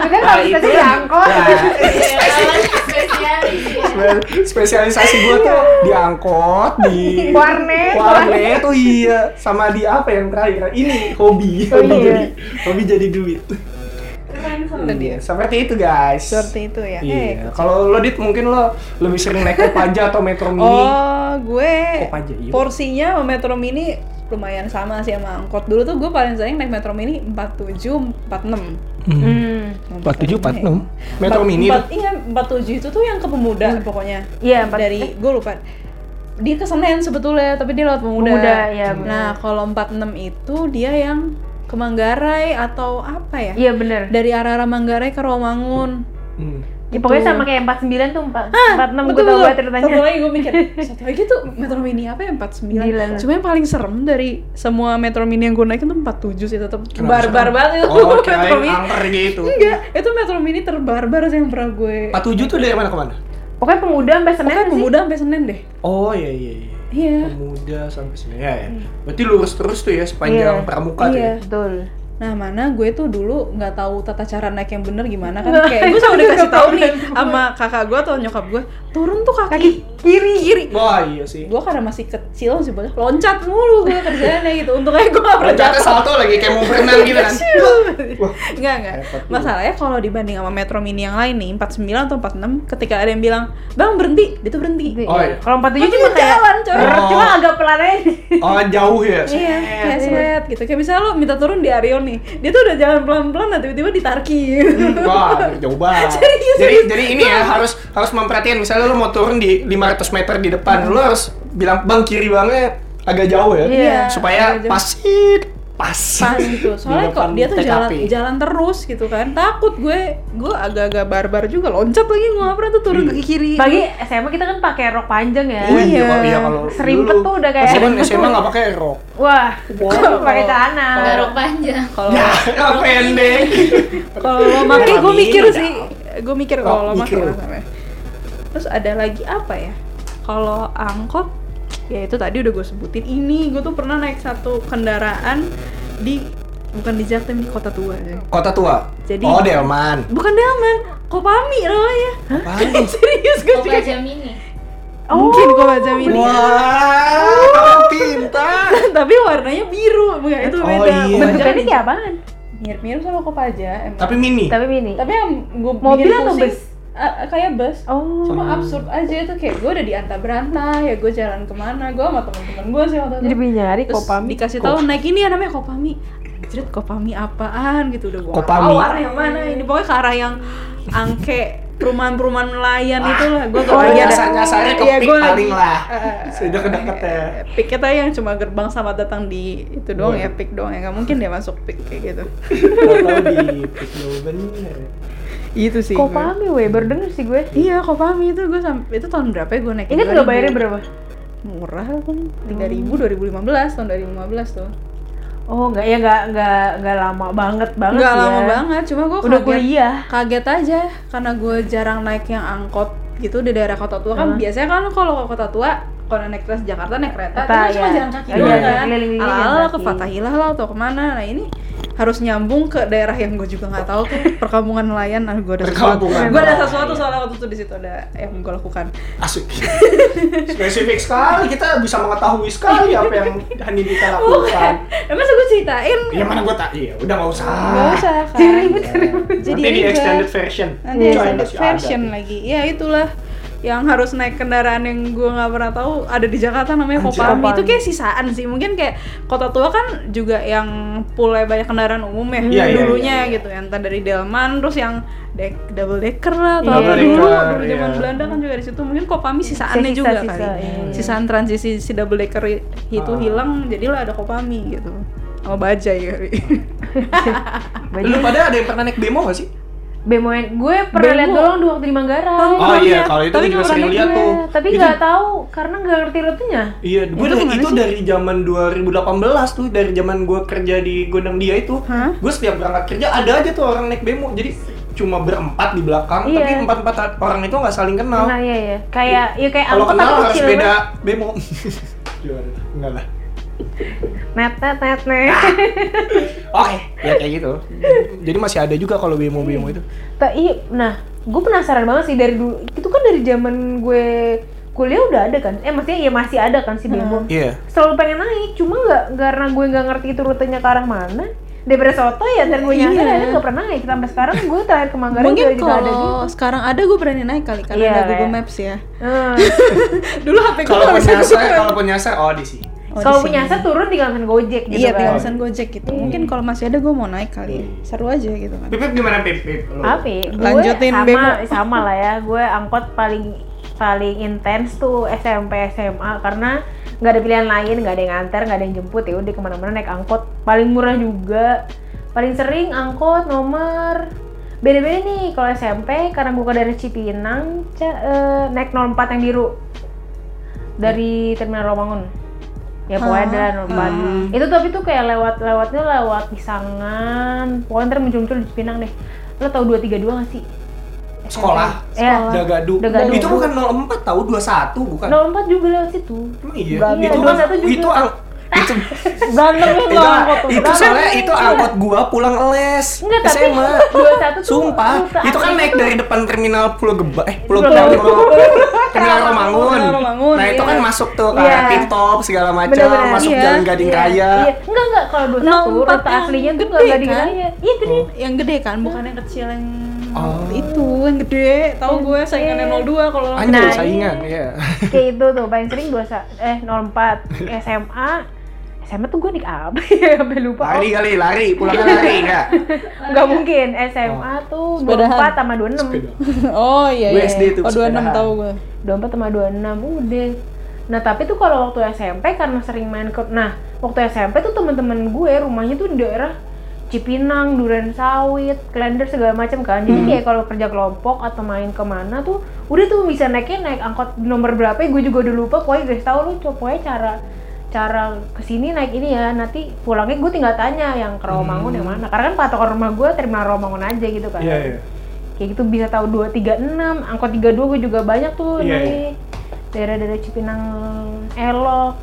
S3: Nah,
S2: kan kalau
S1: Iya.
S2: kita sih di angkot.
S1: Nah,
S4: Relawan spesialis ya.
S1: Spe- spesialisasi gue tuh di angkot, di
S2: Warnet.
S1: warnet tuh iya, sama di apa yang terakhir? Ini hobi,
S2: Oh,
S1: hobi
S2: iya.
S1: jadi, hobi jadi duit. Iya, Seperti itu guys.
S3: Seperti itu ya. Eh,
S1: Iya. Kalau lo dit mungkin lo lebih sering naik kopaja atau metro mini.
S3: Oh, gue
S1: Kopaja, iya.
S3: porsinya sama Metro Mini lumayan sama sih sama angkot. Dulu tuh gue paling sering naik Metro Mini 47, 46.
S2: Hmm.
S1: Empat tujuh, empat enam. Metro
S3: Empat-
S1: mini.
S3: empat, Iya, 47 itu tuh yang ke pemuda pokoknya.
S2: Iya, empat-
S3: Dari, gue lupa. Dia ke Senen sebetulnya, tapi dia lewat pemuda.
S2: Pemuda, iya, benar.
S3: Nah, kalau 46 itu dia yang ke Manggarai atau apa ya?
S2: Iya bener.
S3: Dari arah-arah Manggarai ke Romangun.
S1: Hmm.
S2: Ya, pokoknya
S3: Gitu.
S2: sama kayak 49 tuh, 4, 46
S3: Ah,
S2: gue tau
S3: betul.
S2: gue ceritanya.
S3: Satu lagi gue mikir, satu lagi tuh Metro Mini apa ya 49.
S2: Gila.
S3: Cuma yang paling serem dari semua Metro Mini yang gue naikin tuh 47 sih tetap
S1: Kenapa
S3: barbar
S1: serem?
S3: banget itu
S1: Oh,
S3: Metro
S1: kirain
S3: Mini.
S1: angker gitu.
S3: Enggak, itu Metro Mini terbarbar sih yang pernah gue.
S1: Empat tujuh tuh dari mana ke mana?
S2: Pokoknya pemuda sampai Senen
S3: Pokoknya
S2: sih.
S3: pemuda sampai Senin deh.
S1: Oh iya iya iya.
S3: Iya.
S1: Pemuda sampai sini ya, ya. Berarti lurus terus tuh ya sepanjang
S2: Iya.
S1: pramuka tuh ya.
S2: Betul.
S5: Nah mana gue tuh dulu nggak tahu tata cara naik yang bener gimana kan
S2: Nah,
S5: kayak gue
S2: itu
S5: sama
S2: juga
S5: dikasih tahu
S2: tahu
S5: nih
S2: dan gue-
S5: sama kakak gue atau nyokap gue turun tuh kaki,
S2: Kaki
S5: kiri kiri.
S1: Wah iya sih.
S5: Gue karena masih kecil masih banyak loncat mulu gue kerjaannya gitu. Untungnya gue gak pernah
S1: Loncatnya salto lagi kayak mau berenang gitu kan. Wah.
S5: Enggak, enggak.
S1: Hebat lu.
S5: Masalahnya kalau dibanding sama Metro Mini yang lain nih, 49 atau 46, ketika ada yang bilang, "Bang, berhenti." Dia tuh berhenti.
S2: Gitu.
S1: Oh, iya.
S2: Kalau
S5: Dia
S2: 47 cuma kayak
S5: jalan, coy.
S1: Oh.
S2: cuma agak pelan aja.
S1: Oh jauh ya.
S5: Iya, kayak sweat gitu. Kayak misalnya lo minta turun di Arion nih, dia tuh udah jalan pelan-pelan, nah tiba-tiba ditarik.
S1: Wah, jauh banget.
S5: Serius,
S1: jadi, jadi ini ya harus harus memperhatikan misalnya lu mau turun di 500 meter di depan, lu harus bilang bang kiri banget agak jauh ya.
S5: Iya,
S1: Supaya
S5: agak jauh.
S1: pas sit, pas.
S5: Pas gitu.
S1: Di
S5: Soalnya kok
S1: depan
S5: dia tuh
S1: TKP.
S5: jalan jalan terus gitu kan. Takut gue, gue agak-agak barbar juga loncat lagi gue gak pernah tuh turun ke kiri.
S2: Pagi SMA kita kan pakai rok panjang ya.
S1: Oh iya,
S5: Iya.
S1: iya kalau
S2: Serimpet
S1: dulu.
S2: tuh udah kayak-
S1: Cuman SMA nggak pakai rok.
S2: Wah, pakai celana.
S4: Nggak rok panjang.
S5: Kalau
S1: Ya, rok pendek.
S5: Kalau lo make gue
S1: Kelamin
S5: mikir
S1: udah.
S5: sih, gue mikir
S1: Oh,
S5: kalau lo make
S1: mikir.
S5: rasanya. Terus ada lagi apa ya? Kalau angkot, ya itu tadi udah gue sebutin. Ini gue tuh pernah naik satu kendaraan di bukan di Jaktim di Kota Tua ya.
S1: Kota tua.
S5: Jadi-
S1: oh Delman.
S5: Bukan Delman, Kopami namanya.
S1: Apaan?
S5: Serius gue Oh,
S4: Kok
S5: juga.
S4: jam ini?
S5: Mungkin Kopajam ini.
S1: Wah, kamu pintar.
S5: Tapi warnanya biru, enggak itu
S1: Oh,
S5: beda.
S1: iya.
S5: Kopajam
S2: Bentukannya
S5: ini
S2: kayak apaan?
S5: mirip-mirip sama Kopaja. emang.
S1: Tapi mini.
S2: Tapi mini.
S5: Tapi yang gue
S2: Mobil atau bus?
S5: kayak bus.
S2: Oh.
S5: cuma absurd aja itu kayak gue udah diantar berantah ya gue jalan kemana gue sama temen-temen gue sih waktu itu
S2: Jadi pengen nyari
S5: terus
S2: kopami.
S5: dikasih tahu naik ini ya namanya kopami jerit kopami apaan gitu udah gue
S1: Kopami.
S5: tahu arah yang mana ini pokoknya ke arah yang angke perumahan-perumahan nelayan itu lah gue tau
S1: Oh,
S5: lagi ada
S1: nyasar-nyasarnya ke
S5: Iya,
S1: pik
S5: gua lagi-
S1: paling lah.
S5: Eh,
S1: Sudah kedekat ya.
S5: piknya tuh yang cuma gerbang sama datang di itu doang
S1: Boleh.
S5: ya pik doang ya nggak mungkin dia masuk pik kayak gitu
S1: Gak tau di pik dulu bener.
S5: itu Gitu sih gue.
S2: Kopami weh, baru denger sih gue.
S5: iya kopami itu gue sampai itu tahun berapa ya gue naik
S2: Ingat nggak bayarnya berapa?
S5: murah kan tiga ribu dua ribu lima belas tahun dua ribu lima belas tuh
S2: Oh, nggak ya nggak nggak nggak lama banget banget
S5: nggak
S2: sih
S5: lama
S2: ya.
S5: banget cuma gue
S2: Udah
S5: kaget,
S2: kuliah.
S5: kaget aja karena gue jarang naik yang angkot gitu di daerah kota tua kan
S2: Hmm.
S5: biasanya kan kalau ke kota tua kalau naik trans Jakarta naik kereta itu
S2: Kereta,
S5: kan cuma
S2: iya.
S5: jalan kaki
S1: Iya,
S5: doang
S2: iya,
S5: kan
S2: keliling-keliling
S5: ala
S2: jalan
S5: ala
S2: kaki.
S5: ke Fatahillah lah atau kemana nah ini harus nyambung ke daerah yang gue juga nggak tahu tuh perkampungan nelayan nah gue ada sesuatu
S1: Perkampungan
S5: gue ada
S1: nelayan.
S5: sesuatu soalnya waktu itu di situ ada yang gue lakukan
S1: Asik. Spesifik sekali kita bisa mengetahui sekali apa yang Hani Dita lakukan.
S5: emang gue Nah, ceritain
S1: Ya mana gue tak. Iya, udah nggak usah.
S5: nggak usah kan
S1: Nanti di
S5: ini gua-
S1: extended version.
S5: nanti
S1: Coy,
S5: extended
S1: Iya, masih ada.
S5: version lagi ya itulah yang harus naik kendaraan yang gue nggak pernah tahu ada di Jakarta namanya
S1: Anjir.
S5: Kopami
S2: Kopami.
S5: itu kayak sisaan sih mungkin kayak kota tua kan juga yang pulai banyak kendaraan umum ya
S1: Iya, iya,
S5: dulunya
S1: iya, iya.
S5: gitu yang entah dari Delman terus yang dek double decker lah atau
S2: Iya.
S5: apa
S2: Double
S5: dulu
S1: decker,
S5: dulu zaman
S1: iya.
S5: Belanda kan juga di situ mungkin Kopami sisaannya
S2: Sisa-sisa,
S5: juga
S2: sisa,
S5: kali
S2: iya, iya.
S5: sisaan transisi si double decker i- itu
S1: Ah.
S5: hilang jadilah ada Kopami gitu sama bajai kali
S1: Lu pada ada yang pernah naik bemo gak sih?
S2: Bemoin gue pernah
S5: Bemo.
S2: lihat doang dua waktu di Manggarai.
S1: Oh, iya, kalau itu
S5: Tapi
S1: juga
S5: nggak
S1: sering
S5: pernah
S1: lihat
S2: Iya,
S1: tuh.
S2: tapi
S1: Itu-
S2: nggak tahu karena nggak ngerti rutenya.
S1: Iya, gue
S5: Itu
S1: dari
S5: kemana
S1: itu
S5: sih?
S1: dari zaman 2018 tuh, dari zaman gue kerja di Gondang Dia itu,
S5: Hah?
S1: gue setiap berangkat kerja ada aja tuh orang naik bemo. Jadi cuma berempat di belakang,
S2: Iya.
S1: tapi empat empat orang itu nggak saling kenal.
S2: Nah, iya ya. Kayak ya kayak
S1: Kalau
S2: angkot
S1: kenal
S2: tapi
S1: harus
S2: kecil
S1: beda
S2: banget.
S1: bemo. Gimana? Enggak lah.
S2: Net net net net.
S1: Oke, ya kayak gitu. Jadi masih ada juga kalau bemo-bemo itu.
S2: Ta- iya, nah, gue penasaran banget sih dari dulu. Itu kan dari zaman gue kuliah udah ada kan? Eh maksudnya ya masih ada kan si Bemo.
S5: Hmm.
S1: Iya.
S2: Selalu pengen naik, cuma nggak karena gue nggak ngerti itu rutenya ke arah mana. Daripada soto ya, dan gue nyasar
S5: Iya.
S2: akhirnya nggak pernah naik. Sampai sekarang gue terakhir ke Manggarai
S5: Mungkin
S2: juga nggak ada juga.
S5: kalau sekarang ada gue berani naik kali karena
S2: Iya,
S5: ada Google
S2: kayak-
S5: Maps ya.
S2: Hmm.
S5: Dulu HP gue
S1: Kalau penyasar, kalau penyasar oh di sini.
S2: kalau punya saya turun tinggal pesen Gojek gitu
S5: Iya,
S2: kan.
S5: tinggal pesan Gojek gitu.
S3: Hmm.
S5: Mungkin kalau masih ada gue mau naik kali. ya.
S1: Hmm.
S5: Seru aja gitu
S3: Iya.
S5: kan.
S1: Pip, Pip, gimana Pip? Pip, lu?
S2: Tapi gue
S5: Lanjutin,
S2: sama
S5: Bemo.
S2: sama lah ya, gue angkot paling paling intens tuh SMP SMA karena nggak ada pilihan lain, nggak ada yang antar, nggak ada yang jemput ya udah kemana-mana naik angkot paling murah juga, paling sering angkot nomor beda-beda nih kalau SMP karena gue dari Cipinang ca- eh, naik 04 yang biru dari Terminal Romangun ya pokoknya ada
S3: Ah,
S2: 04 itu tapi tuh kayak lewat lewatnya lewat pisangan pokoknya ntar muncul-muncul di Cipinang deh lo tau 232 gak sih?
S1: Sekolah.
S2: Ya,
S1: Dagadu.
S2: Dagadu.
S1: Itu bukan 04 tahu 21 bukan.
S2: 04 juga lewat situ
S1: Emang iya.
S2: Iya,
S1: Itu kan
S2: 21 juga.
S1: itu ang- itu
S2: Berantem ya
S1: itu,
S2: nggak angkot tuh.
S1: itu
S2: berantem.
S1: soalnya itu angkot gua pulang les
S2: Enggak, Iya. tapi
S1: SMA
S2: 21 tuh
S1: sumpah
S2: rute
S1: itu kan
S2: aneh
S1: naik
S2: tuh.
S1: dari depan terminal Pulau Gebang eh Pulau
S2: Pulau
S1: Gebang
S2: Gebang.
S1: terminal Romangun
S3: Terminal Romangun,
S1: nah itu
S3: iya.
S1: kan masuk tuh ke
S2: Iya.
S1: arah Tip Top segala macam
S2: Benar-benar,
S1: masuk
S3: iya.
S1: jalan Gading Raya
S2: Iya, enggak enggak kalau 21
S3: Nompat
S2: rute
S3: yang
S2: aslinya tuh
S3: gede,
S2: enggak Gading
S3: kan?
S2: Raya. Iya gede.
S3: yang gede kan bukan yang kecil yang
S1: Oh.
S3: itu yang gede tahu gue saingannya 02 kalau orang
S1: anjir
S2: Nah,
S1: saingan ya
S2: Kayak itu tuh paling sering 2 eh 04 SMA. SMA tuh gue naik apa ya? Sampai lupa.
S1: lari kali lari pulangnya lari ya
S2: Enggak mungkin.
S1: Oh.
S2: SMA tuh
S3: Sepedahan.
S2: 24 sama 26.
S3: oh iya
S1: Gue SD tuh
S3: oh 26
S1: sepedahan.
S3: tahu gue
S2: 24 sama 26 udah nah tapi tuh kalau waktu SMP karena sering main ke nah waktu SMP tuh teman-teman gue rumahnya tuh di daerah Cipinang, Duren Sawit, Klender segala macam kan. Jadi kayak kalau kerja kelompok atau main kemana tuh, udah tuh bisa naiknya naik angkot nomor berapa? ya, Gue juga udah lupa. Pokoknya guys tahu lu, co- pokoknya cara cara kesini naik ini ya. Nanti pulangnya gue tinggal tanya yang ke Romangun yang mana. Karena kan patokan rumah gue terminal Romangun aja gitu kan
S1: Iya,
S2: kayak gitu bisa tahu 236, angkot 32 gue juga banyak
S1: Iya,
S2: tuh dari daerah-daerah Cipinang Elok,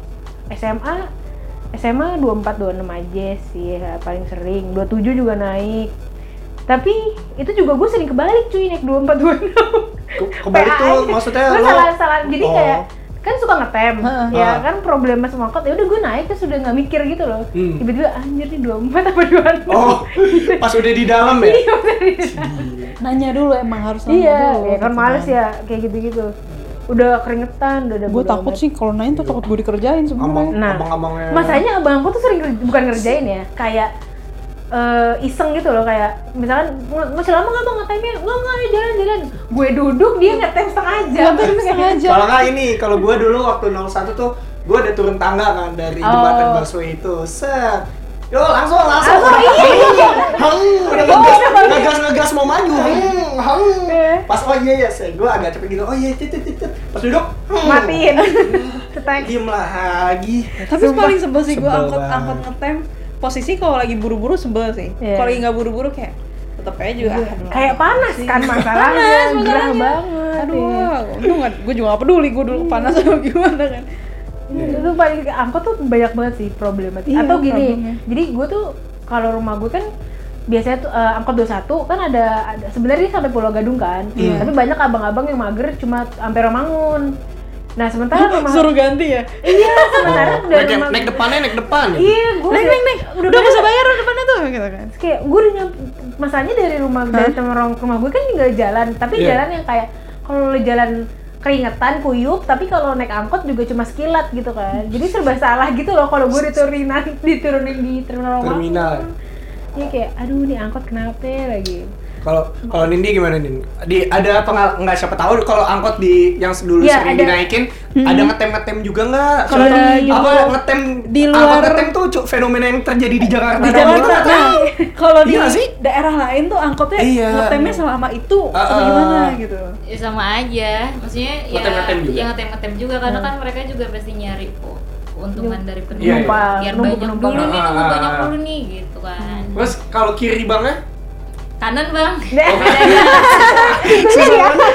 S2: SMA SMA 24 26 aja sih ya, paling sering. 27 juga naik. Tapi itu juga gue sering kebalik cuy naik 24 26.
S1: kembali tuh
S2: PAI.
S1: maksudnya
S2: Gue
S1: lo
S2: salah-salah jadi
S1: Oh.
S2: kayak kan suka ngetem
S3: Heeh.
S2: ya
S1: Ah.
S2: kan problema sama angkot ya udah gue naik terus udah nggak mikir gitu loh
S1: Hmm.
S2: tiba-tiba anjir nih 24 apa Iya, 26
S1: oh pas udah di dalam ya
S3: nanya dulu emang harus nanya
S2: iya
S3: dulu
S2: ya kan
S3: gitu
S2: males ya kayak gitu-gitu udah keringetan udah ada
S3: gue
S2: bodo
S3: takut
S2: amat.
S3: sih kalau nanya tuh takut gue dikerjain
S1: abang
S3: sebenarnya Iya,
S2: Nah.
S1: abang abangnya
S2: masanya abang aku tuh sering ngerj- bukan ngerjain ya kayak eh, iseng gitu loh kayak misalkan "Nge- masih lama nggak bang ngetemnya nggak nggak ayo jalan jalan gue duduk dia ngetem setengah jam
S3: Ngetem setengah jam.
S1: Kalau nggak ini, kalau gue dulu waktu 01 tuh, gue ada turun tangga kan dari jembatan
S2: Oh.
S1: busway itu. Set. Yo langsung langsung.
S2: Langsung, iya, Oh,
S1: Hang, udah ngegas, ngegas ngegas mau maju. Hang, hang.
S2: Iya.
S1: Pas oh iya iya, saya gue agak cepet gitu. Oh iya, titit titit. Pas duduk, hmm,
S2: matiin Setek.
S1: Diem lagi.
S3: tapi paling sebel sih gue
S1: Sebel
S3: angkot
S1: banget.
S3: angkot ngetem posisi kalau lagi buru-buru sebel sih
S2: Iya.
S3: kalau lagi nggak buru-buru kayak tetep aja juga ah, belum.
S2: kayak panas kan masalahnya
S3: Iya. Panas,
S2: gerah
S3: masalahnya.
S2: banget ya.
S3: aduh untung nggak gue juga nggak peduli gue dulu panas atau gimana kan
S2: itu tuh paling angkot tuh banyak banget sih problematik
S3: Iya,
S2: atau gini
S3: problemnya.
S2: jadi gue tuh kalau rumah gue kan biasanya tuh eh, angkot 21 kan ada ada sebenarnya sampai Pulau Gadung kan
S1: Iya.
S2: tapi banyak abang-abang yang mager cuma sampai Romangun nah sementara rumah
S3: suruh ganti ya
S2: iya sementara dari
S1: Naik,
S2: rumah
S1: naik depannya, naik depan.
S2: iya gue
S3: naik naik naik Eh, udah
S2: udah
S3: nggak usah bayar udah depannya tuh gitu kan
S2: kayak gue udah nyampe masalahnya dari rumah dari temen orang- rumah gue kan tinggal jalan tapi
S1: Iya.
S2: jalan yang kayak kalau lo jalan keringetan kuyup tapi kalau naik angkot juga cuma sekilat gitu kan jadi serba salah gitu loh kalau gue diturunin diturunin di terminal rumah
S1: Terminal.
S2: Iya kayak aduh nih angkot kenapa ya?" lagi
S1: Kalau kalau Nindi gimana Nindi? Di ada apa nggak- nggak siapa tahu kalau angkot di yang dulu
S2: Iya,
S1: sering
S2: ada.
S1: dinaikin ada ngetem ngetem juga nggak?
S3: Kalau
S1: Soalnya
S3: di-
S1: apa ngetem
S3: di
S1: angkot
S3: luar-
S1: ngetem tuh cu- fenomena yang terjadi di Jakarta.
S3: di
S1: Ada
S3: Jakarta
S1: banget.
S3: nah, kalau di
S1: Iya nggak sih?
S3: daerah lain tuh angkotnya
S1: Iya.
S3: ngetemnya selama itu atau
S1: Ah, ah.
S3: gimana gitu
S4: Ya, sama aja. Maksudnya ya
S1: Ngetem-ngetem juga.
S4: ya ngetem-ngetem juga
S3: Iya.
S4: karena kan mereka juga pasti nyari oh, keuntungan dari
S1: Iya,
S4: penumpang.
S2: iya.
S4: Biar
S2: Nunggu
S4: banyak
S2: penumpang.
S4: dulu nih,
S1: Ah,
S4: nunggu
S1: ah,
S4: banyak
S1: ah.
S4: dulu nih gitu kan.
S3: Hmm.
S1: Terus kalau kiri ya? bangnya?
S4: Kanan, Bang.
S2: Deh.
S1: Susah banget.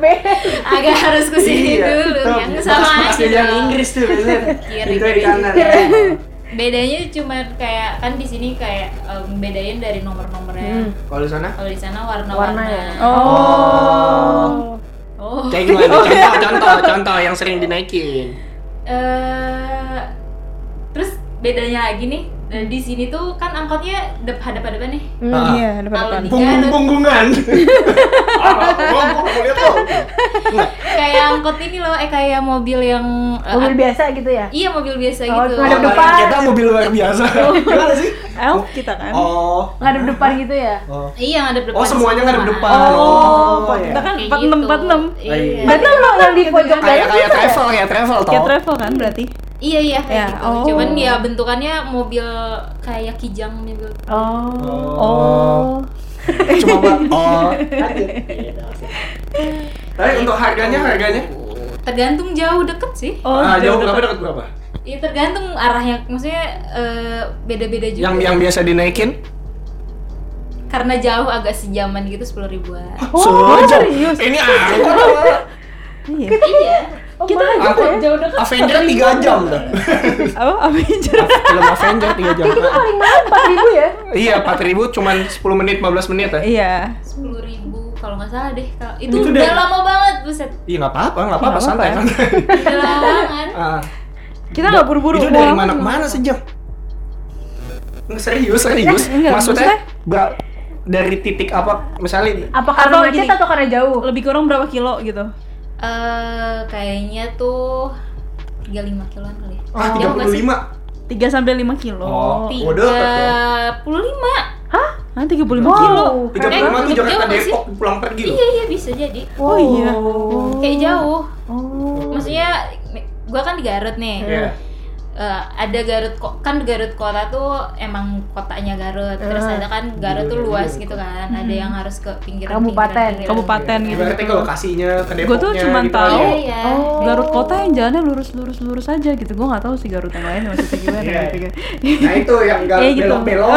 S2: Beda.
S4: Agak harus ke sini
S1: Iya,
S4: dulu.
S1: tuh,
S4: Yang sama
S1: pas- pas
S4: aja.
S1: Yang Inggris tuh biasanya.
S4: Kiri,
S1: Itu di
S4: kiri.
S1: kanan.
S4: Bedanya cuma kayak kan di sini kayak em, bedain dari nomor-nomornya.
S2: Hmm.
S1: Kalau di sana?
S4: Kalau di sana
S2: warna
S4: warna-warna.
S2: ya
S3: Oh.
S1: Oh.
S4: Oh.
S1: Kayak gimana? Contoh, contoh, contoh yang sering dinaikin.
S4: eh terus bedanya lagi nih eh, di sini tuh kan angkotnya dep hadap hadapan nih
S2: Hmm,
S1: Ah.
S3: iya depan-depan
S4: Kalau di- kan
S1: Punggung-punggungan. Ah, gua- gua mau lihat tuh. Nggak.
S4: kayak angkot ini loh eh kayak mobil yang eh,
S2: mobil
S4: ad-
S2: biasa gitu ya
S4: iya mobil biasa
S2: Oh,
S4: gitu
S2: cuma ada depan.
S1: Kita mobil luar biasa. Gimana sih?
S3: Oh. elf kita kan
S1: Oh.
S2: ngadep depan gitu ya
S1: Oh.
S4: iya yang ada depan
S1: Oh, semuanya ngadep
S4: semua.
S1: depan. Oh,
S3: kita
S1: iya.
S3: kan
S4: Kayak
S3: empat enam
S4: gitu.
S3: empat enam
S4: iya
S1: Iya.
S2: berarti lo yang di pojok
S1: Kayak
S2: dalam
S1: kayak
S2: gitu ya?
S1: travel, kayak travel toh.
S3: kayak travel kan berarti
S4: iya iya kayak
S3: Ya,
S4: gitu
S3: oh.
S4: cuman ya bentukannya mobil kayak kijang gitu
S2: oh
S1: Oh. Cuma buat oh. Tapi Eh, untuk harganya, harganya?
S4: tergantung jauh deket sih
S3: oh
S1: ah, jauh
S3: depan.
S1: berapa dekat berapa?
S4: Iya tergantung arah yang maksudnya eh, beda-beda juga
S1: Yang yang biasa dinaikin?
S4: karena jauh agak sejaman gitu sepuluh ribuan
S1: Sejauh.
S3: Oh, serius?
S1: Ini angkot apa?
S3: Iya.
S2: Kita punya- Oh,
S3: Kita
S2: mahal.
S1: Aku
S4: ya? jauh dekat
S1: Avenger 3 jam dah.
S3: apa Avenger
S1: Film Avenger 3 jam.
S2: itu paling mahal 4 ribu ya
S1: Iya, 4000 cuman 10 menit, 15 menit ya.
S3: iya
S4: sepuluh ribu kalau nggak salah deh kalau itu,
S1: Itu
S4: udah
S1: deh.
S4: lama banget buset
S1: Iya, nggak apa-apa, nggak apa-apa,
S3: Nggak
S1: santai
S3: apa-apa.
S1: kan.
S4: udah lama banget
S3: kita nggak buru-buru
S1: Itu dari mana ke mana sejam? Nggak, Serius, serius.
S3: Eh, enggak,
S1: maksudnya bra- dari titik apa misalnya
S2: apa karena
S3: Atau
S2: macet
S3: gini.
S2: atau karena jauh
S3: lebih kurang berapa kilo gitu
S4: eh kayaknya tuh 35 kiloan kali ya
S1: ah
S4: Jauh nggak sih?
S1: 35.
S3: 3 sampai 5 kilo.
S1: Oh.
S4: tiga
S1: Oh, deket
S4: puluh lima
S3: Hah, 35
S2: Wow.
S3: kilo.
S1: 35 tuh
S4: Eh,
S1: Jakarta
S4: jauh nggak sih?
S1: Depok pulang pergi loh.
S4: iya iya bisa jadi
S3: Oh iya.
S2: Wow.
S4: kayak jauh
S3: Oh.
S4: maksudnya gua kan di Garut nih
S1: Iya.
S4: Eh, ada Garut ko- kan Garut kota tuh emang kotanya Garut terus
S2: Ah.
S4: ada kan Garut
S1: Iya,
S4: tuh luas gitu kan ada
S3: Hmm.
S4: yang harus ke pinggiran
S2: Kabupaten.
S3: Kabupaten
S1: Iya.
S3: gitu.
S1: Berarti ke lokasinya ke Depoknya.
S3: Gua tuh cuman
S1: gitu.
S3: tahu.
S4: iya iya
S2: Oh.
S3: Garut kota yang jalannya lurus lurus lurus aja gitu. Gua nggak tahu sih Garut yang lain maksudnya gimana
S1: Iya.
S3: gitu kan.
S1: Nah itu yang gak
S3: Kayak gitu.
S1: belok-belok.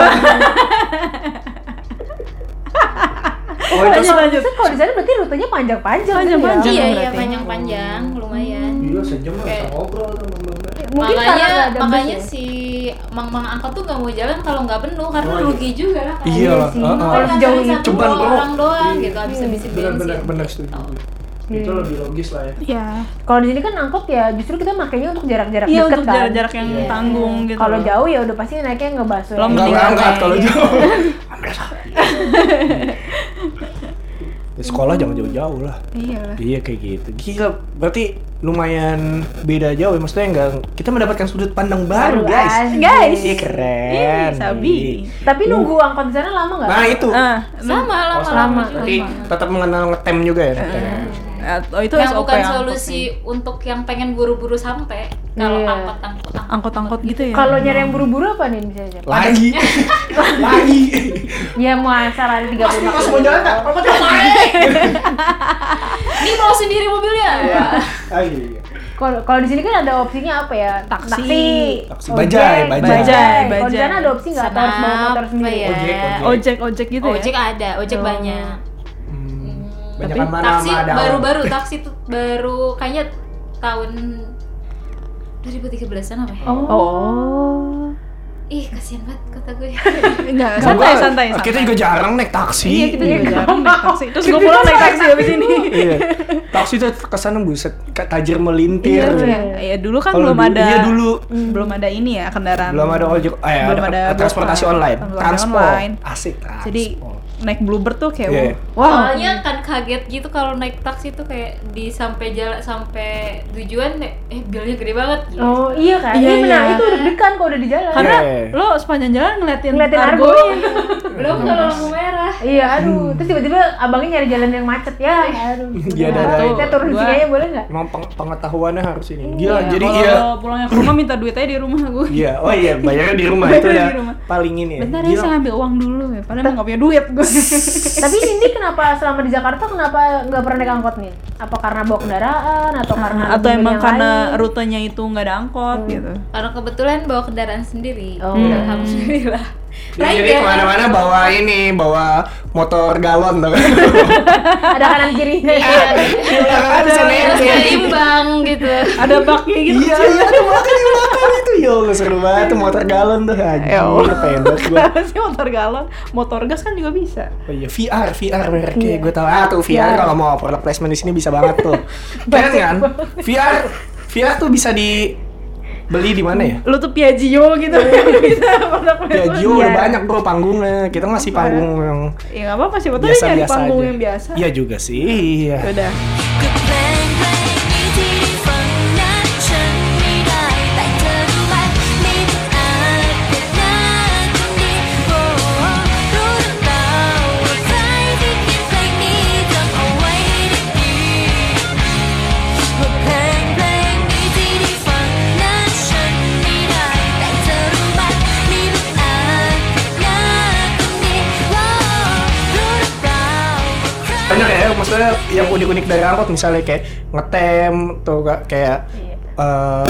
S1: oh itu
S3: Lanjut lanjut.
S2: Terus kalau di sana berarti rutenya panjang-panjang. gitu ya?
S3: Panjang-panjang.
S4: iya
S3: dong
S4: iya
S3: berarti.
S4: panjang-panjang lumayan
S1: Iya sejam lah
S4: Kayak-
S1: bisa ngobrol sama Mbak.
S2: Hmm.
S3: Iya,
S2: Mungkin
S4: makanya
S2: karena nggak ada
S4: makanya
S2: bus ya?
S4: si mang-mang angkot tuh nggak mau jalan kalau nggak penuh karena
S1: Oh, iya.
S4: rugi juga lah kan.
S1: Iya lah.
S2: sih. gitu.
S1: ah, ah.
S4: Kalau
S2: Harus
S4: jauh
S2: jauhin
S4: satu
S1: ceban,
S4: dua
S1: bro.
S4: orang doang
S1: Iya.
S4: gitu habis habisin bensin.
S1: Benar-benar benar setuju. Itu lebih logis lah ya.
S3: Hmm. Iya.
S2: Kalau di sini kan angkot ya justru kita makainya untuk jarak-jarak
S3: Iya
S2: dekat
S3: untuk
S2: kan.
S3: jarak-jarak yang
S4: Iya.
S3: tanggung gitu.
S2: Kalau jauh ya udah pasti naiknya ya. ngebasur.
S3: Lo
S1: Enggak
S3: mending
S1: berangkat
S3: santai.
S1: kalau jauh. Ambil sapi. Ya, sekolah jangan jauh-jauh lah.
S3: Iya lah.
S1: Iya kayak gitu. Gila, berarti lumayan beda jauh ya. Maksudnya enggak kita mendapatkan sudut pandang baru,
S2: Baru,
S1: guys.
S2: asik.
S3: Guys.
S1: Iya keren. Iya.
S3: Ih, sabi.
S2: Tapi nunggu angkot di sana lama nggak?
S1: Nah, itu.
S3: Ah,
S4: Sama
S1: Oh,
S4: lama
S1: sama.
S4: lama
S1: Berarti
S4: juga.
S1: tetap mengenal ngetem juga ya. ngetem.
S3: Ah. atau itu
S4: Yang
S3: SOP
S4: bukan
S3: angkot
S4: solusi
S3: sih.
S4: untuk yang pengen buru-buru sampai kalau
S2: Iya.
S4: angkot angkot angkot.
S3: Angkot-angkot gitu ya.
S2: Kalau nyari yang buru-buru apa nih misalnya?
S1: Lagi. Lagi.
S2: Ya mau asal ada tiga puluh
S1: Mas mau jalan tak? Apa tuh?
S4: Ini mau sendiri mobilnya.
S1: Iya. Ayo.
S2: Kalau kalau di sini kan ada opsinya apa ya?
S3: Taksi.
S1: Taksi, bajai,
S2: ojek,
S1: bajai.
S2: Kalau di
S3: Bajai.
S2: sana ada opsi nggak? Atau harus bawa motor
S4: Apa
S2: sendiri?
S4: ya?
S1: Ojek, ojek.
S3: ojek ojek gitu ya.
S4: Ojek ada, ojek
S2: Oh.
S4: banyak.
S1: Banyak
S3: Tapi
S1: mana
S4: Taksi
S1: ada. Iya.
S4: baru-baru taksi tuh baru kayaknya tahun 2013-an apa ya?
S3: Oh.
S4: Ih, kasihan banget kota gue.
S3: Enggak,
S1: Nggak
S3: santai
S1: apa-apa.
S3: santai.
S1: Kita
S3: santai.
S1: juga jarang naik taksi.
S3: Iya, kita juga jarang naik taksi. Terus gua pulang naik taksi habis ini.
S1: Iya. Taksi tuh kesan buset, kayak tajir melintir.
S3: Iya, iya dulu kan
S1: Kalau
S3: belum
S1: dulu-
S3: ada
S1: iya dulu.
S3: belum ada ini ya kendaraan.
S1: Belum ada ojek, eh
S3: Belum
S1: ada,
S3: ada
S1: transportasi
S3: Gopar.
S1: online,
S3: Belum ada
S1: transport.
S3: online.
S1: Asik transport.
S3: Jadi naik Bluebird tuh kayak
S1: Iya.
S3: wow.
S4: Soalnya kan kaget gitu kalau naik taksi tuh kayak di sampai jalan sampai tujuan eh bilnya gede banget.
S2: Oh iya kan?
S3: Iya,
S2: Iya, benar.
S3: iya.
S2: Itu deg-degan kalau udah di jalan.
S3: Karena
S1: Iya.
S3: lo sepanjang jalan ngeliatin,
S2: Ngeliatin
S3: argonya.
S2: argonya.
S4: Belum kalau lampu merah.
S2: Iya, aduh. Terus tiba-tiba abangnya nyari jalan yang macet ya. Aduh.
S1: Iya, ada- ada
S2: Kita
S1: itu.
S2: turun
S3: Gua-
S2: sini aja boleh nggak?
S1: Emang peng- pengetahuannya harus ini. Gila,
S3: Iya,
S1: jadi
S3: kalau
S1: iya.
S3: pulangnya ke rumah minta duit aja di rumah gue.
S1: Iya, oh iya, bayarnya di rumah itu
S3: Bayarnya
S1: ya.
S3: di rumah.
S1: Paling ini ya.
S3: Bentar ya
S1: Gila.
S3: saya ambil uang dulu ya. Padahal emang nggak punya duit gue.
S2: Tapi Nindi kenapa selama di Jakarta kenapa nggak pernah naik angkot nih? Apa karena bawa kendaraan Ah, atau karena ada
S3: Atau
S2: tujuan
S3: emang
S2: Nah, yang
S3: karena
S2: lain?
S3: rutenya itu nggak ada angkot gitu.
S4: Karena kebetulan bawa kendaraan sendiri.
S2: Oh.
S4: Dan Alhamdulillah.
S1: Jadi, jadi kemana-mana bawa ini, bawa motor galon kan? Iya, tuh.
S2: ada kanan kirinya.
S1: Ada
S4: Terus seimbang gitu.
S3: Ada baknya gitu.
S1: Iya, iya, ada makan di belakang itu. Yo, seru banget tuh motor galon tuh anjir. Pengen banget gua.
S3: Kenapa sih motor galon? Motor gas kan juga bisa.
S1: Oh iya, VR, VR mereknya gue tau. Ah tuh VR kalau mau product placement di sini bisa banget tuh. Keren kan? VR, VR tuh bisa di beli di mana ya?
S3: Lu tuh Piaggio gitu bisa produk
S1: Ya,
S3: placement.
S1: Gio Iya. udah banyak bro panggungnya. Kita ngasih panggung yang
S3: Ya nggak apa-apa sih, betul nyari
S1: biasa-biasa
S3: panggung
S1: aja.
S3: yang biasa. Ya
S1: Iya juga sih. Iya.
S3: Udah.
S6: ก็เพลงเพลงนี้ที่ฟังนั้นฉันไม่ได้แต่เธอรู้ไหมมิดอาจเป็นหน้าคนดีโอ้รู้หรือเปล่าว่าใครที่เขียนเพลงนี้จำเอาไว้ได้ดีว่าเพลงเพลงนี้ที่ได้ฟังนั้นฉันไม่ได้แต่เธอรู้ไหมมิดอาจเป็นหน้าคนดีโอ้รู้หรือเปล่าว่าใคร
S1: Banyak ya, maksudnya yang unik-unik dari angkot misalnya kayak ngetem tuh kayak
S2: Iya.
S1: eh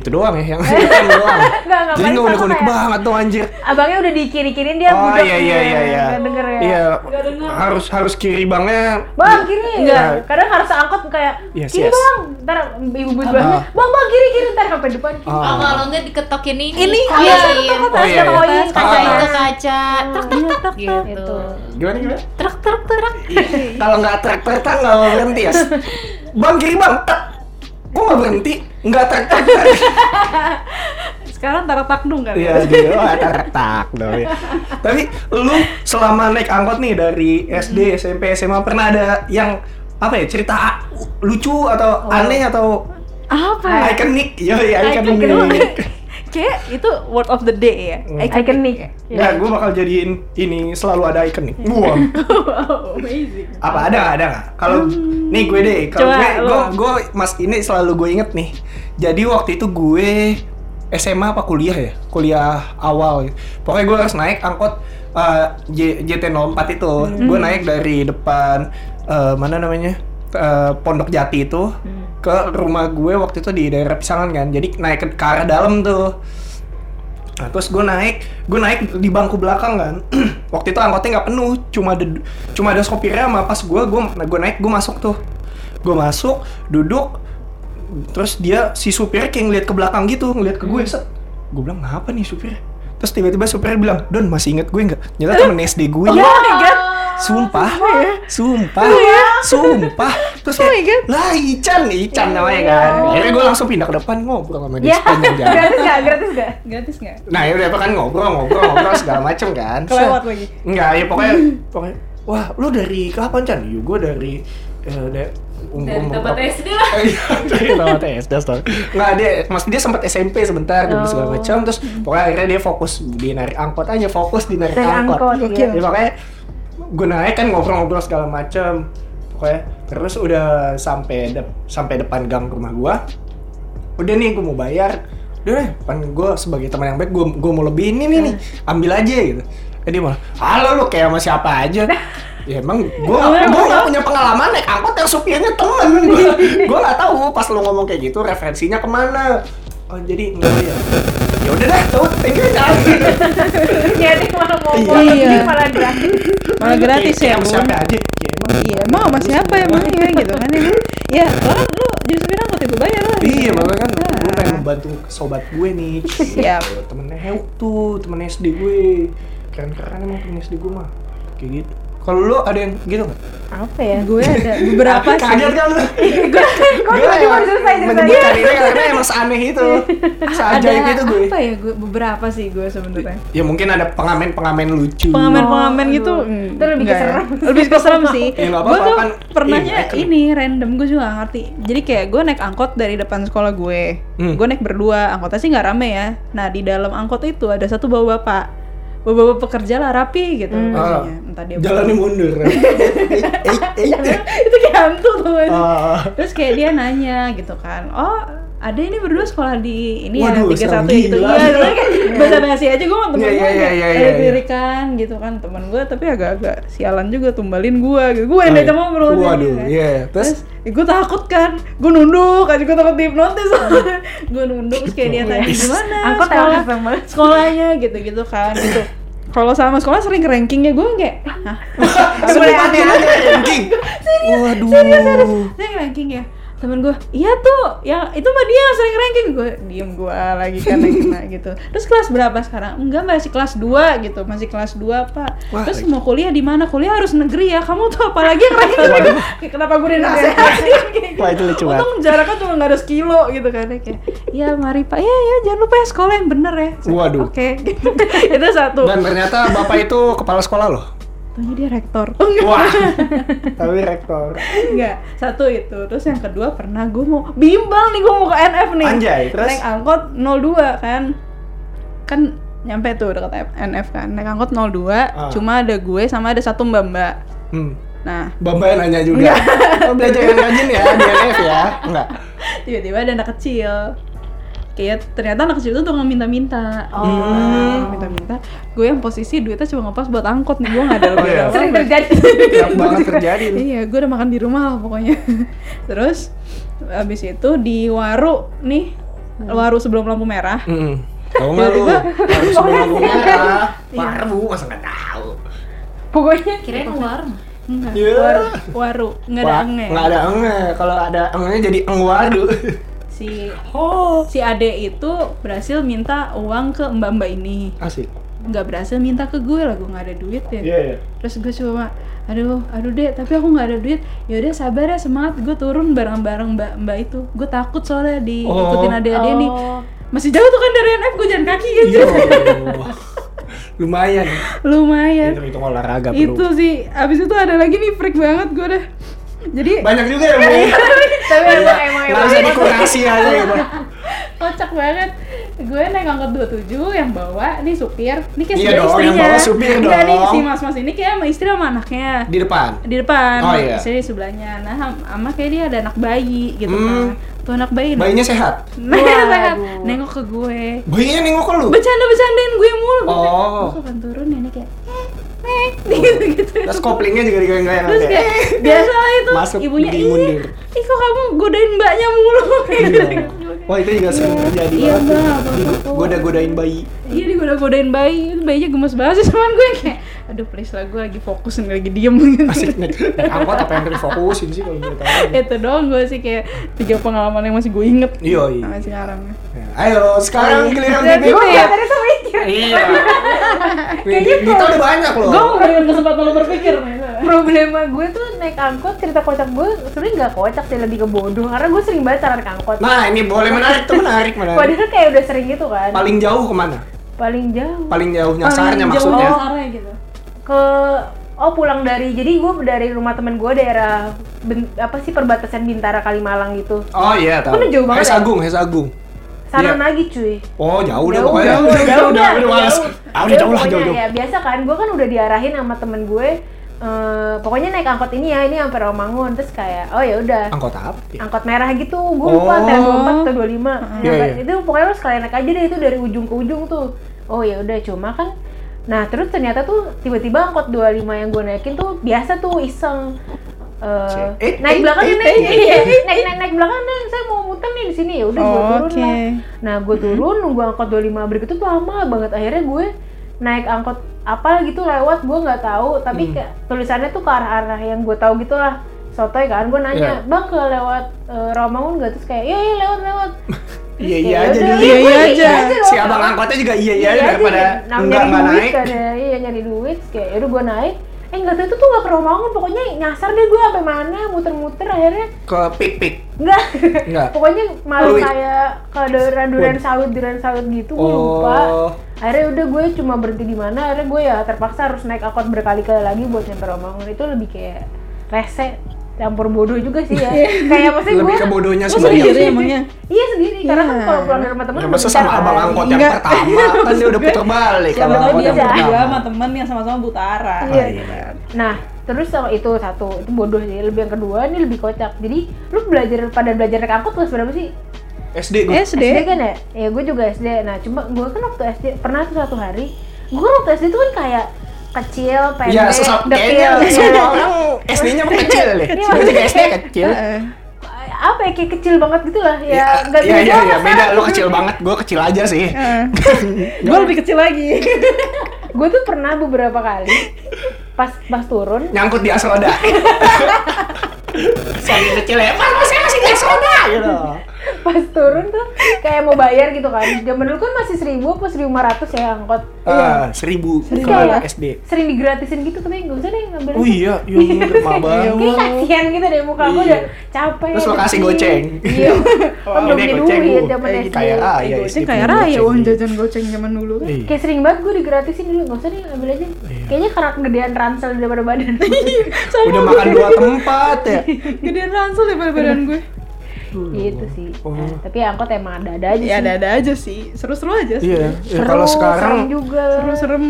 S1: itu doang ya yang yang doang.
S2: Enggak,
S1: Jadi nggak
S2: enggak, paling sama
S1: unik-unik
S2: kayak-
S1: banget dong anjir.
S2: Abangnya udah dikiri-kirin dia
S1: oh
S2: budak
S1: iya
S2: gitu
S1: iya
S2: ya,
S1: iya iya.
S2: nggak denger ya.
S1: Iya.
S4: Nggak denger.
S1: Harus harus kiri bangnya.
S2: Bang kiri.
S1: Enggak.
S2: Kadang harus angkut kayak
S1: Iya. Yes,
S2: kiri
S1: yes.
S2: bang. Ntar ibu ibu bang, bang bang kiri kiri ntar sampai depan kiri.
S1: Ah.
S4: Oh, kalau nggak diketokin ini,
S3: Ini
S4: koin,
S3: biasa ketok-ketok,
S1: Oh, iya,
S3: ada
S1: iya.
S3: koin,
S1: Ah,
S4: kaca
S1: ah.
S4: itu
S3: kacanya.
S4: kaca, truk truk truk
S3: truk,
S4: gitu.
S2: Itu.
S1: Gimana gimana? Iya.
S4: Truk truk truk.
S1: Kalau nggak trek trek trek nggak mau berhenti ya. Bang kiri bang. Tek. Kok nggak berhenti? Nggak trek trek. trek.
S3: Sekarang taruh takdung kan?
S1: Iya gitu. Wah, tak tak dong ya. Tapi lu selama naik angkot nih dari SD, SMP, SMA pernah ada yang apa ya cerita a- lucu atau aneh atau
S3: Apa ya?
S1: ikonik? Yo, ikonik. Hmm.
S3: Kayak itu word of the day ya?
S2: Iconic.
S1: Nah, gue bakal jadiin ini selalu ada ikonik. Wah,
S3: Wow, Iya. amazing. Hmm.
S1: apa ada nggak ada nggak? Kalau nih gue deh, kalau
S3: Coba
S1: gue,
S3: lu.
S1: gue, gue mas ini selalu gue inget nih. Jadi waktu itu gue SMA apa kuliah ya? Kuliah awal. gitu. Pokoknya gue harus naik angkot eh, J- JT04 itu.
S3: Hmm.
S1: Gue naik dari depan eh, mana namanya? Eh, Pondok Jati itu
S3: Hmm.
S1: ke rumah gue waktu itu di daerah Pisangan kan. Jadi naik ke, ke arah dalam tuh. Nah, terus gue naik, gue naik di bangku belakang kan. Waktu itu angkotnya nggak penuh, cuma ada cuma ada sopirnya sama pas gue gue gue naik gue masuk tuh, gue masuk duduk, terus dia si supir kayak ngeliat ke belakang gitu, ngeliat ke gue
S3: Hmm.
S1: set. Gue bilang ngapa nih supir? Terus tiba-tiba supirnya bilang, Don masih inget gue nggak? Nyata temen SD gue ya.
S3: Oh
S1: Sumpah, sumpah, sumpah. Terus
S3: Oh my
S1: kayak,
S3: God. Oh
S1: lah Ican, Ican namanya kan. Akhirnya gue langsung pindah ke depan ngobrol sama dia
S2: Ya.
S1: sepanjang jalan.
S2: Gratis nggak? Gratis nggak?
S3: Gratis nggak?
S1: Nah ya udah apa kan ngobrol ngobrol ngobrol segala macem kan.
S3: Kelewat
S1: Set.
S3: lagi.
S1: Enggak ya pokoknya pokoknya wah lu dari kapan Chan? Iya gue dari eh, da- um-
S4: Dari
S1: umur
S4: tempat
S1: berapa?"
S4: SD lah.
S1: Iya, dari tempat SD sorry. Nggak dia maksud dia sempat SMP sebentar
S4: Oh.
S1: dulu segala macam terus pokoknya akhirnya dia fokus di narik angkot aja fokus di narik
S2: Naik
S1: angkot.
S2: angkot, iya.
S1: Ya, pokoknya gue naik kan ngobrol-ngobrol segala macam pokoknya terus udah sampai de- sampai depan gang rumah gua udah nih gue mau bayar udah deh kan gue sebagai teman yang baik gue gue mau lebih ini nih nih
S3: Hmm.
S1: ambil aja gitu Eh, dia malah halo lu kayak sama siapa aja ya emang gue gue nggak punya pengalaman naik angkot yang supirnya temen gue gue nggak tahu pas lu ngomong kayak gitu referensinya kemana oh jadi enggak ya ya udah dah tuh thank you Chan.
S2: Iya, dia malah mau
S1: Iya.
S2: iya. malah gratis.
S3: Malah gratis
S1: Kayak
S3: ya,
S1: Iya, sama
S3: Bu.
S1: siapa aja ya emang
S3: Iya, emang sama siapa emang ya gitu kan ya. Ya, lo kan lu jadi supir angkot ya, gue bayar lah.
S1: Iya, makanya kan
S3: Ah.
S1: gue pengen membantu sobat gue nih. Gitu.
S3: Siap.
S1: Temennya Heuk tuh, temennya SD gue. Keren-keren emang temen SD gue mah. Kayak gitu. Kalau lo ada yang gitu nggak?
S2: Apa ya?
S3: Gue ada beberapa
S1: Ah, Kaget
S3: sih. Iya,
S1: kan lo?
S2: Kok tiba-tiba selesai ceritanya?
S1: menyebutkan ini karena emang seaneh itu. Seajaib itu gue.
S3: Iya. Apa ya gue beberapa sih gue sebenarnya.
S1: Ya mungkin ada pengamen-pengamen lucu. Ah.
S3: pengamen-pengamen
S2: Oh,
S3: gitu
S2: aduh.
S3: mm,
S2: Itu lebih
S3: enggak
S2: keserem.
S3: ya. lebih keserem sih
S1: Ya, nggak
S3: gue
S1: apa-apa,
S3: tuh
S1: kan
S3: pernahnya
S1: ini icon.
S3: ini random gue juga nggak ngerti jadi kayak gue naik angkot dari depan sekolah gue
S1: Hmm.
S3: gue naik berdua angkotnya sih nggak rame ya nah di dalam angkot itu ada satu bawa bapak bawa bapak pekerja lah rapi gitu
S1: Ah,
S3: bajunya. entah dia Iya.
S1: jalannya mundur. Eh, eh, eh, eh.
S3: itu kayak hantu tuh kan.
S1: Ah.
S3: terus kayak dia nanya gitu kan oh ada ini berdua sekolah di ini
S1: Waduh,
S3: ya tiga
S1: serem
S3: satu gitu
S1: gila.
S3: iya soalnya kan bahasa basi aja gue sama temen
S1: Iya,
S3: gue
S1: iya, iya, iya,
S3: ada
S1: iya.
S3: lirikan gitu kan temen gue tapi agak-agak sialan juga tumbalin gue gitu gue
S1: Oh,
S3: yang
S1: iya.
S3: diajak ngobrol gitu
S1: Waduh,
S3: kan.
S1: iya. Terus?
S3: terus, gue takut kan gue nunduk kan gue takut dihipnotis gue nunduk terus kayak dia tanya gimana
S2: Angkot
S3: sekolah
S2: LFM banget.
S3: sekolahnya gitu gitu kan gitu kalau sama sekolah sering ke rankingnya gue kayak "Hah?
S1: Sebelum ada ranking. Waduh.
S3: Dia ranking ya temen gue iya tuh yang itu mah dia yang sering ranking gue diem gue lagi kan yang kena gitu terus kelas berapa sekarang enggak masih kelas 2 gitu masih kelas 2 pak
S1: Wah,
S3: terus
S1: lagi.
S3: mau kuliah di mana kuliah harus negeri ya kamu tuh apalagi yang ranking Kayak, kenapa gue dinasehatin kayak
S1: Wah, itu lucu banget.
S3: untung jaraknya cuma nggak ada sekilo gitu kan Ya, kayak iya mari pak iya iya jangan lupa ya sekolah yang bener ya Saya,
S1: Waduh.
S3: oke gitu. itu satu
S1: Dan ternyata bapak itu kepala sekolah loh.
S3: tanya dia rektor oh, enggak.
S1: Wah. Tapi rektor.
S3: Enggak, satu itu. Terus yang kedua pernah gue mau bimbang nih gue mau ke NF nih.
S1: Anjay, terus?
S3: Naik angkot 02 kan. Kan nyampe tuh dekat NF kan. Naik angkot 02,
S1: Ah.
S3: cuma ada gue sama ada satu mbak-mbak.
S1: Hmm.
S3: Nah,
S1: Bambaya nanya juga. Oh, belajar yang rajin ya, DNF ya. Enggak.
S3: tiba-tiba ada anak kecil kayak ternyata anak kecil itu tukang minta-minta
S1: Hmm,
S2: Oh.
S3: minta-minta gue yang posisi duitnya cuma ngepas buat angkot nih gue nggak ada
S1: Iya.
S3: apa-apa.
S2: Sering terjadi.
S1: Kerap banget terjadi.
S3: iya gue udah makan di rumah lah pokoknya terus abis itu di waru nih
S1: Hmm.
S3: waru sebelum lampu merah
S1: Mm-mm.
S7: Tahu nggak lu?
S1: Harus
S3: Oh, iya.
S1: sebelum lampu merah. Baru masa nggak tahu.
S2: Pokoknya
S4: Kirain warung.
S3: Enggak,
S1: Iya.
S3: waru, waru, nggak ada
S1: Wah,
S3: enge.
S1: Nggak ada enge. Kalau ada engenya jadi engwadu.
S3: Iya. Si
S1: Oh.
S3: si Ade itu berhasil minta uang ke mbak mbak ini,
S1: Asik.
S3: nggak berhasil minta ke gue lah, gue nggak ada duit ya.
S1: Iya, iya.
S3: Terus gue cuma, aduh, aduh deh, tapi aku nggak ada duit. Ya udah sabar ya semangat, gue turun bareng bareng mbak mbak itu. Gue takut soalnya diikutin
S1: Oh.
S3: Ade Ade nih. Masih jauh tuh kan dari NF, gue jalan kaki gitu.
S1: Yo. Lumayan.
S3: Lumayan.
S1: Hitung-hitung olahraga perlu.
S3: Ya. Itu sih, abis itu ada lagi nih freak banget gue dah. Jadi
S1: Banyak juga ya, Bu.
S2: tapi
S1: Iya.
S2: emang emang
S1: Nggak bisa dikurasi aja ya, Bu.
S3: kocak banget gue naik angkot 27 yang bawa nih supir nih kayak
S1: Iya
S3: sebelah
S1: dong,
S3: istrinya
S1: yang bawa supir
S3: Enggak nih
S1: dong.
S3: si mas mas ini kayak sama istri sama anaknya
S1: Di depan.
S3: di depan
S1: Oh, iya.
S3: istri di sebelahnya nah ham- sama kayak dia ada anak bayi gitu
S1: Hmm.
S3: kan tuh anak bayi
S1: Bayinya sehat.
S3: nah,
S2: Waduh.
S3: sehat. nengok ke gue
S1: Bayinya nengok ke lu.
S3: bercanda bercandain gue mulu Gue kayak,
S1: Oh.
S3: gue kapan turun ya ini kayak "Eh, eh," gitu gitu
S1: Terus koplingnya juga digoyang-goyang.
S3: terus
S1: ada.
S3: kayak biasa lah itu
S1: Masuk
S3: ibunya
S1: di
S3: ih
S1: mundur.
S3: ih kok kamu godain mbaknya mulu kayak
S1: Iya.
S3: gitu
S1: Wah itu juga sering terjadi
S3: Iya,
S1: banget.
S3: Mbak, apa-apa kok.
S1: Goda-godain bayi.
S3: Iya digoda-godain bayi, bayinya gemes banget sih cuman gue kayak Aduh please lah gue lagi fokus nih, lagi diem gitu
S1: Asik nih. Naik Angkot apa yang difokusin sih kalau menurut aku.
S3: Itu doang gue sih kayak tiga pengalaman yang masih gue inget
S1: Iya, iya.
S3: Sampai sekarang
S1: Nah, Ayo sekarang giliran
S3: Iya,
S1: Bibi.
S3: gitu ya.
S2: Tadi sama mikir.
S1: Iya. Bibi itu udah banyak loh.
S3: Gue memberikan kesempatan lo berpikir nih
S2: Problema gue tuh naik angkot cerita kocak gue sebenarnya nggak kocak sih lebih ke bodoh karena gue sering banget narik angkot.
S1: Nah ini boleh menarik tuh menarik menarik.
S2: Padahal kayak udah sering gitu kan.
S1: Paling jauh kemana?
S2: Paling jauh
S1: Paling jauh nyasarnya maksudnya.
S3: Dasarnya gitu
S2: ke oh pulang dari jadi gue dari rumah temen gue daerah Ben- apa sih perbatasan Bintara Kalimalang gitu.
S1: Oh iya tahu.
S2: Mana jauh banget
S1: Hes
S2: ya?
S1: Agung, Hes Agung. Iya.
S2: Saran lagi cuy.
S1: Oh jauh deh
S2: Jauh,
S1: pokoknya.
S2: jauh,
S1: Udah,
S2: jauh,
S1: udah,
S2: jauh,
S1: udah males.
S2: jauh.
S1: Ah udah jauh lah
S2: Pokoknya
S1: jauh jauh.
S2: Ya biasa kan, gue kan udah diarahin sama temen gue. eh, pokoknya naik angkot ini ya, ini sampai Romangun terus kayak oh ya udah
S1: Angkot apa? ya?
S2: angkot merah gitu, gue lupa
S1: Oh.
S2: antara 24 atau 25 Nah,
S1: Iya,
S2: kan,
S1: iya.
S2: itu pokoknya lo sekalian naik aja deh itu dari ujung ke ujung tuh oh ya udah cuma kan nah terus ternyata tuh tiba-tiba angkot 25 yang gue naikin tuh biasa tuh iseng Eh,
S1: Eh, eh,
S2: naik belakangnya
S1: eh,
S2: naik,
S1: eh,
S2: iya, naik naik naik belakang naik saya mau muter nih di sini ya udah gue turun
S3: Oke.
S2: lah nah gue
S1: Mm-hmm.
S2: turun nunggu angkot 25 berikut tuh lama banget akhirnya gue naik angkot apa gitu lewat gue nggak tahu tapi
S1: Mm-hmm.
S2: kayak tulisannya tuh ke arah-arah yang gue tahu gitu lah sotoy kan gue nanya bang ke lewat eh, Romangun gak terus kayak iya iya lewat lewat
S1: Iya
S2: Ya
S1: iya aja
S2: udah,
S1: dulu.
S3: iya, iya
S2: gue
S3: aja.
S2: doang.
S1: Si abang angkotnya juga iya iya
S2: aja
S1: daripada
S2: deh. Nah,
S1: enggak
S2: nyari
S1: enggak
S2: duit
S1: naik.
S2: kan ya. iya nyari duit Terus kayak yaudah gue naik eh nggak tahu itu tuh gak ke Romangun pokoknya nyasar deh gue sampai mana muter-muter akhirnya
S1: Ke pik pik.
S2: Enggak.
S1: Enggak.
S2: Pokoknya malu
S1: Lu-
S2: kayak ke duran duran sawit duran sawit gitu gue lupa.
S1: Oh, iya. Oh.
S2: Akhirnya udah gue cuma berhenti di mana, akhirnya gue ya terpaksa harus naik angkot berkali-kali lagi buat nyampe Romangun itu lebih kayak rese campur bodoh juga sih ya. kayak maksudnya
S1: Lebih
S2: gue
S1: ke bodohnya
S3: Lo
S1: sebenarnya.
S3: sendiri Iya. emangnya?
S2: Iya sendiri karena kan
S3: Iya.
S2: kalau pulang dari rumah teman
S1: Ya masa
S2: kan?
S1: sama abang angkot yang
S3: Enggak.
S1: pertama kan dia udah puter balik
S3: Siapa
S1: abang
S3: tau
S1: angkot
S3: dia
S1: yang
S3: berdua sama
S1: pertama.
S3: temen yang sama-sama butara
S1: Oh, iya.
S2: Nah, terus sama itu satu, itu bodoh sih. Lebih yang kedua ini lebih kocak. Jadi, lu belajar pada belajar naik angkot kelas berapa sih?
S1: SD
S3: Iya.
S1: gue.
S2: SD kan ya? Ya gue juga SD. Nah cuma gue kan waktu SD pernah tuh satu hari, gue kan waktu SD tuh kan kayak kecil, pendek, gitu
S1: Iya, susah kayaknya
S2: dekil.
S1: semua orang SD-nya mah kecil deh.
S2: Iya.
S1: Gue juga SD kecil.
S2: Apa ya kayak kecil banget gitu lah. Ya nggak
S1: iya,
S2: bisa
S1: iya,
S2: banget
S1: iya, beda.
S2: sekarang.
S1: Lo kecil banget, gue kecil aja sih.
S3: Iya. Gue lebih kecil lagi
S2: Gue tuh pernah beberapa kali pas pas turun
S1: Nyangkut di asroda. Soalnya kecil ya, mas, mas, saya masih di asroda. Gitu.
S2: pas turun tuh kayak mau bayar gitu kan zaman dulu kan masih seribu apa seribu lima ratus ya angkot
S1: Ah, seribu
S2: Terus
S1: kalau
S2: kayak
S1: SD.
S2: sering digratisin gitu tapi nggak usah deh ngambil
S1: Oh iya, iya, bener, mah banget.
S2: Kayak kasihan gitu deh muka aku
S1: Iya.
S2: udah capek
S1: Terus lo kasih
S2: sedih.
S1: goceng.
S2: Iya Kan belum
S1: Ini
S2: punya
S1: goceng,
S2: duit
S1: Bu.
S2: zaman SD
S1: Kayak ah, iya,
S3: Goceng
S1: SD
S3: kayak
S1: punya
S3: raya
S1: goceng.
S3: uang jajan goceng zaman dulu kan
S1: Iya.
S2: Kayak sering banget gue digratisin dulu, gak usah deh ambil aja Kayaknya karena kegedean ransel daripada badan
S3: Sama
S1: Udah
S3: gue
S1: makan dua tempat ya.
S3: Gedean ransel daripada badan gue
S2: Gitu sih
S1: Oh.
S2: Nah, Tapi angkot emang ada-ada aja
S3: Ya
S2: sih
S3: ada-ada aja sih, seru-seru aja sih
S1: Iya, iya,
S2: Seru,
S1: kalau sekarang
S2: serem juga
S3: Seru-serem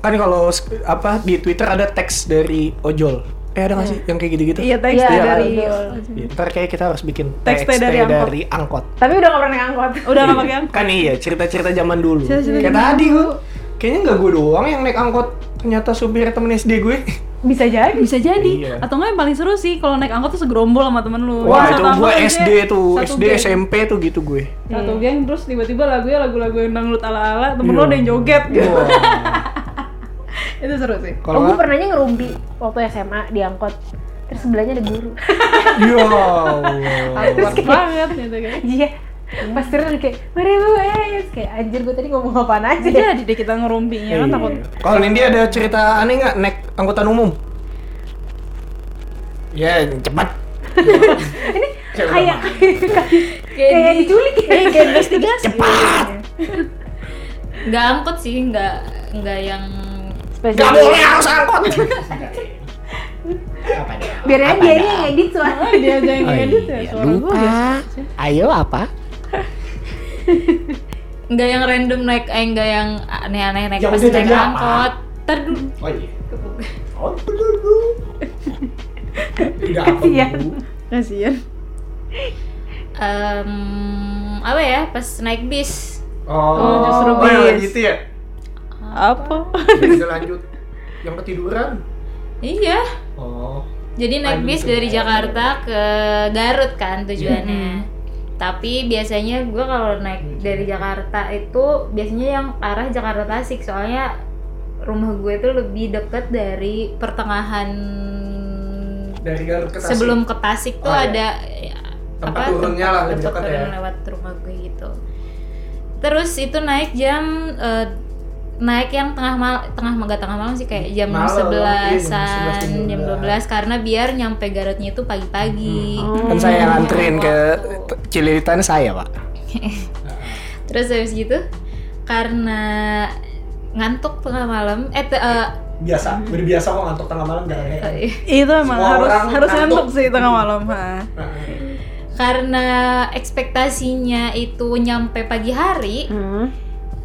S1: kan kalau sk- apa di Twitter ada teks dari ojol Eh ada nggak sih yang kayak gitu-gitu?
S3: Iya, teks
S2: Iya,
S3: teh
S1: iya,
S3: dari
S2: betul.
S1: Iya, Ntar kayak kita harus bikin
S3: Teks
S1: teks
S3: teh dari
S1: dari,
S3: angkot.
S1: dari angkot.
S2: Tapi udah nggak pernah naik angkot.
S3: udah nggak pakai angkot.
S1: Kan iya cerita-cerita zaman dulu.
S3: Cerita-cerita
S1: kayak
S3: zaman
S1: tadi gue, kayaknya nggak gue doang yang naik angkot. Ternyata supir temen SD gue.
S3: Iya,
S2: Bisa jadi.
S3: Bisa jadi.
S1: Iya.
S3: Atau nggak yang paling seru sih kalau naik angkot tuh segerombol sama temen lu.
S1: Wah itu
S3: Jadi satu angkot
S1: gue
S3: aja,
S1: SD tuh,
S3: satu
S1: SD
S3: geng.
S1: SMP tuh gitu gue.
S3: Satu geng terus tiba-tiba lagunya lagu-lagu yang dangdut ala-ala, temen lu ada yang joget gitu.
S1: Iya. Wah.
S3: Itu seru sih.
S1: Kalau
S2: oh, gue
S1: nggak-
S2: pernahnya ngerumpi waktu SMA di angkot. Terus sebelahnya ada guru.
S1: Ya Allah.
S3: Awkward banget gitu kan.
S2: Iya. Pas turun kayak, mari bu, eh. Terus Kayak anjir gue tadi ngomong apaan aja.
S3: Jadi jadi deh kita ngerumpinya kan
S1: Iya.
S3: takut
S1: Kalau Nindi ada cerita aneh nggak naik angkutan umum? Ya cepat.
S2: Kayak
S4: Kayak
S2: kayak gitu.
S4: di-
S2: diculik.
S3: Eh, kayak investigasi. Cepat.
S4: nggak angkot sih nggak nggak yang
S1: Gak
S2: Spesial.
S1: boleh harus angkot.
S2: Biar aja dia yang edit suara.
S3: Dia aja yang ngedit ya suara gue
S1: Oh,
S3: biasa.
S1: iya. Ayo apa?
S4: nggak yang random naik eh nggak yang aneh-aneh naik
S1: Ya
S4: pas
S1: udah,
S4: naik
S1: jadi apa?
S4: angkot ntar dulu
S1: Oh iya.
S2: Kasihan.
S3: Kasian.
S4: em, apa ya pas naik bis
S1: Oh,
S3: Oh, justru
S1: oh, yang
S3: bis.
S1: gitu ya.
S3: Apa?
S1: Ya, udah lanjut. Yang ketiduran.
S4: iya
S1: Oh.
S4: Jadi naik
S1: Aduh,
S4: bis
S1: tuh.
S4: dari Jakarta ke Garut kan tujuannya. Tapi biasanya gue kalau naik dari Jakarta itu biasanya yang arah Jakarta Tasik soalnya rumah gue tuh lebih deket dari pertengahan
S1: Dari Garut ke Tasik.
S4: sebelum ke Tasik tuh
S1: Oh, iya.
S4: ada ya,
S1: Tempat turunnya lah, lebih
S4: tempat
S1: dekat
S4: turun
S1: ya.
S4: lewat rumah gue gitu. Terus itu naik jam eh, naik yang tengah mal tengah maga tengah malam sih kayak jam
S1: Malam, iya, jam 11,
S4: sebelasan
S1: jam
S4: jam 12 karena biar nyampe Garutnya itu pagi-pagi.
S1: Kan saya yang anterin ke
S4: Waktu.
S1: Cililitan saya, Pak.
S4: Terus habis gitu karena ngantuk tengah malam eh te- eh,
S1: Biasa, berbiasa kok ngantuk tengah malam jangan heran.
S4: eh,
S3: Itu emang
S1: Semua
S3: harus
S1: orang ngantuk.
S3: harus
S1: Hmm.
S3: ngantuk sih tengah malam, ha.
S4: karena ekspektasinya itu nyampe pagi hari
S2: Hmm.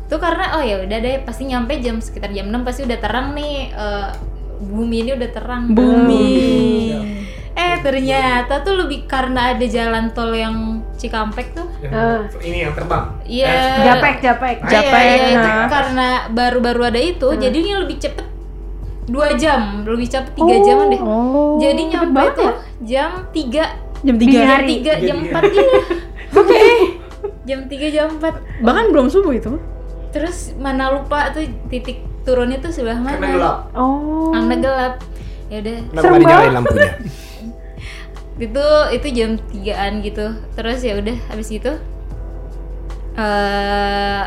S4: itu karena oh ya udah deh pasti nyampe jam sekitar jam 6 pasti udah terang nih eh, bumi ini udah terang
S3: Bumi.
S5: Iya.
S4: eh ternyata tuh lebih karena ada jalan tol yang Cikampek tuh
S1: Yang-
S2: Ah.
S1: Iya. Ini yang terbang.
S4: Iya.
S2: Japek, japek.
S4: Iya,
S3: Capek,
S4: iya, itu
S3: nah.
S4: karena baru-baru ada itu jadinya lebih cepet dua jam lebih cepet tiga jaman deh
S3: Oh.
S4: jadi
S2: cepet
S4: nyampe
S2: banget
S4: tuh jam tiga
S3: Jam
S2: Dini
S4: jam
S3: 3.
S2: hari.
S4: tiga
S1: Tiga
S4: jam
S1: dini
S4: empat iya oke jam tiga jam empat
S3: Bahkan belum subuh itu.
S4: terus mana lupa tuh titik turunnya tuh sebelah mana
S1: Karena gelap.
S2: Oh.
S4: karena gelap ya udah
S1: Kenapa nggak dinyalain lampunya?
S4: itu itu jam tigaan gitu terus ya udah habis itu eh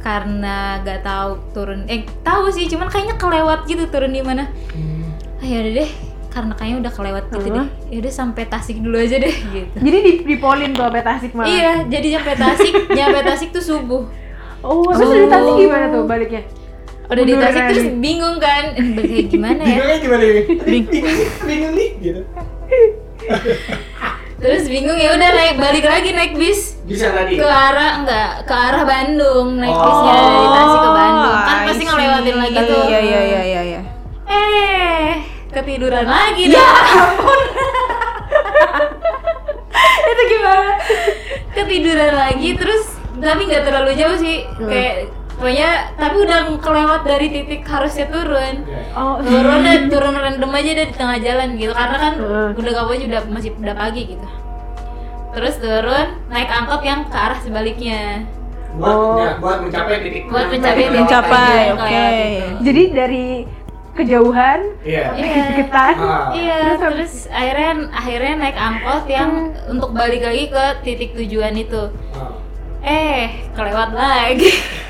S4: karena gak tahu turun eh tahu sih cuman kayaknya kelewat gitu turun di mana
S1: Hmm.
S4: ah yaudah deh karena kayaknya udah kelewat gitu deh yaudah sampai Tasik dulu aja deh gitu
S2: Jadi di dipolin tuh sampai Tasik malah.
S4: iya jadi sampai Tasik nyampe Tasik tuh subuh
S2: Oh, terus dari Tasik gimana tuh baliknya?
S4: udah di Tasik
S2: Beneran.
S4: terus bingung kan Eh, kayak gimana ya
S1: Bingungnya gimana ini? Bingung nih, bingung nih gitu.
S4: terus bingung ya udah naik balik lagi naik bis
S1: Bisa tadi.
S4: ke arah enggak ke arah Bandung naik bisnya dari Tasik ke Bandung kan pasti ngelewatin lagi tuh
S3: Oh, Iya, iya, iya, iya, iya.
S4: eh ketiduran lagi ya ampun itu gimana ketiduran lagi terus tapi nggak terlalu jauh sih
S3: Hmm.
S4: kayak pokoknya tapi udah kelewat dari titik harusnya turun
S2: Oh,
S4: turun deh, turun random aja deh di tengah jalan gitu karena kan
S3: Hmm.
S4: udah gak aja udah masih udah pagi gitu terus turun naik angkot yang ke arah sebaliknya
S1: Buat, ya, buat mencapai titik.
S4: buat mencapai titik
S3: Mencapai,
S4: yang
S3: oke.
S4: kayak gitu.
S2: Jadi dari kejauhan
S1: Iya.
S4: Iya.
S2: deketan.
S1: Ah.
S4: Iya, terus akhirnya akhirnya naik angkot yang untuk balik lagi ke titik tujuan itu.
S1: Ah.
S4: Eh, kelewat lagi.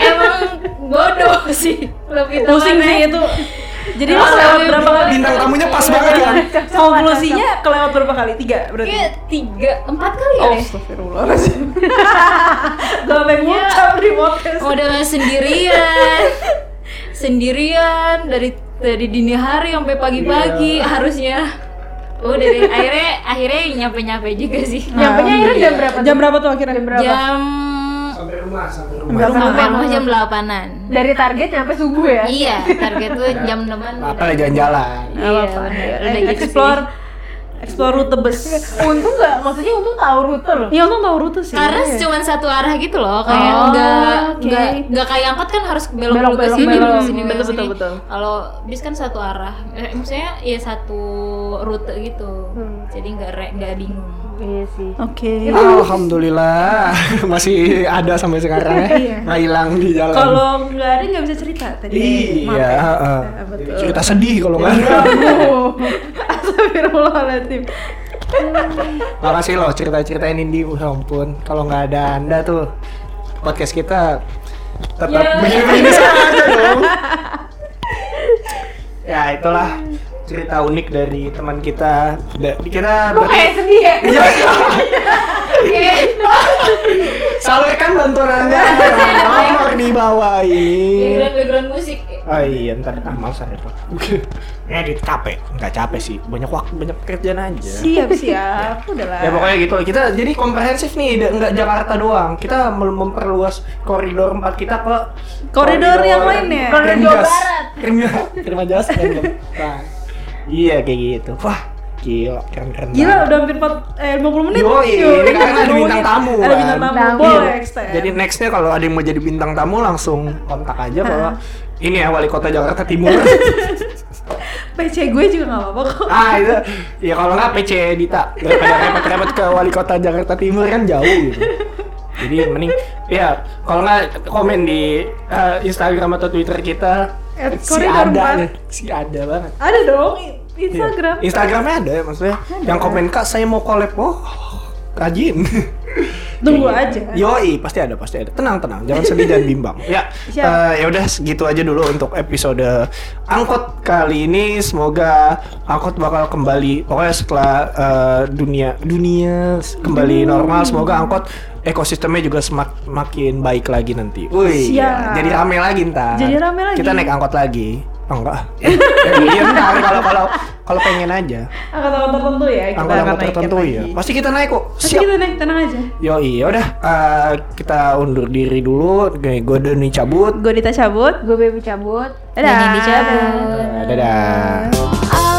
S4: Emang bodoh sih lebih
S3: Pusing sih
S4: tepatnya.
S3: itu. Jadi lu kelewat berapa kali?
S1: Bintang tamunya pas banget kan.
S3: Konklusinya kelewat berapa kali? Tiga berarti.
S4: Kayak tiga, empat kali ya? deh.
S3: Astagfirullahaladzim Gak sampe
S4: Iya.
S3: ngucap di podcast
S4: Oh, Udah sendirian, sendirian dari dari dini hari sampai
S2: Iya.
S4: pagi-pagi harusnya. Oh, Udah deh, akhirnya akhirnya nyampe nyampe juga sih.
S2: Nyampenya akhirnya jam berapa? tuh?
S3: Jam berapa tuh akhirnya?
S2: Jam berapa? Iya.
S4: Jam
S1: sampai rumah, sampai rumah.
S2: Enggak
S4: sampai
S2: sama.
S4: rumah jam 8-an
S2: Dari target nyampe subuh ya.
S4: iya target tuh jam 8-an
S1: Apa lah jalan-jalan.
S4: iya udah
S3: Eh,
S4: gitu sih.
S3: explore explore rute bus
S2: Untung nggak, maksudnya untung tahu rute loh.
S3: iya untung tahu rute sih
S4: karena cuma satu arah gitu loh kayak
S3: Oh,
S4: nggak
S3: oke.
S4: nggak nggak kayak angkot kan harus belok dulu ke
S2: Belok, belok,
S4: sini
S2: belok.
S4: belok ke sini belok
S3: Hmm, Betul,
S4: ke sini.
S3: betul, betul.
S4: kalau bis kan satu arah eh, maksudnya ya satu rute gitu
S3: Hmm.
S4: jadi nggak re- nggak bingung
S2: Iya sih.
S3: oke
S1: Alhamdulillah masih ada sampai sekarang ya.
S3: Iya.
S1: Nggak hilang di jalan.
S3: kalau nggak ada nggak bisa cerita tadi Maaf
S1: iya,
S3: ya.
S1: heeh.
S3: Ah, betul
S1: cerita sedih kalau nggak ada.
S3: Astagfirullahaladzim
S1: Makasih loh cerita-ceritain Indi, ya ampun. Kalau nggak ada Anda tuh podcast kita tetap begini-begini saja dong. Ya itulah cerita unik dari teman kita. Da- Kita
S2: Kok kayak sedih ya?
S1: Iya. Salurkan bantuan Anda dengan nomor di bawah ini.
S4: background background musik
S1: Oh iya, ntar ah males ah, repot. Ngedit capek, nggak capek sih. Banyak waktu, banyak kerjaan aja.
S3: siap siap udahlah
S1: Ya pokoknya gitu. Kita jadi komprehensif nih, da- nggak Jakarta doang. Kita mel- memperluas koridor empat kita ke
S3: Koridor yang lain ya?
S1: Krim
S2: Koridor
S1: Jas.
S2: Barat.
S1: Krim Jas, Krim Jas, Krim Jas. Nah, Iya kayak gitu. Wah, gila keren-keren.
S3: Gila
S1: banget.
S3: udah hampir 4, eh, 50 menit
S1: Yoi, ini kan ada bintang tamu,
S3: Ada
S1: kan?
S3: bintang tamu,
S2: Tamu.
S3: boleh
S1: Iya.
S3: extend
S1: Jadi nextnya kalau ada yang mau jadi bintang tamu langsung kontak aja bahwa ini ya wali kota Jakarta Timur.
S3: PC gue juga gak apa-apa kok
S1: ah itu ya kalau nggak PC Dita daripada repot-repot ke wali kota Jakarta Timur kan jauh gitu. Jadi mending ya kalau nggak komen di eh, Instagram atau Twitter kita
S3: At
S1: si ada
S3: Koridor Empat.
S1: deh, si ada banget.
S3: Ada dong,
S1: Iya.
S3: Instagram
S1: Instagramnya ada ya maksudnya. Yang komen kak saya mau collab oh rajin.
S3: Tunggu
S1: Iya.
S3: aja
S1: Yoi, pasti ada, pasti ada. Tenang, tenang, jangan sedih dan bimbang. Ya,
S3: Siap.
S1: eh, ya udah segitu aja dulu untuk episode angkot kali ini. Semoga angkot bakal kembali. Pokoknya setelah eh, dunia dunia kembali normal, semoga angkot ekosistemnya juga semak- makin baik lagi nanti. Wih,
S3: Siap.
S1: jadi rame lagi ntar.
S3: Jadi rame lagi.
S1: Kita naik angkot lagi. Oh, enggak. Iya, ntar kalau kalau kalau pengen aja.
S3: Angkot-angkot tertentu ya, kita akan
S1: Angkot-angkot
S3: naikin
S1: tertentu
S3: lagi.
S1: ya. Pasti kita naik kok.
S3: Nanti
S4: Iya.
S1: Siap.
S3: kita naik, Gitu, tenang aja
S1: Yoi, ya udah eh, kita undur diri dulu. Gue gue udah nih cabut.
S3: Gue Dita cabut
S2: Gue baby cabut.
S4: Jangan dicabut
S1: Dadah.
S6: I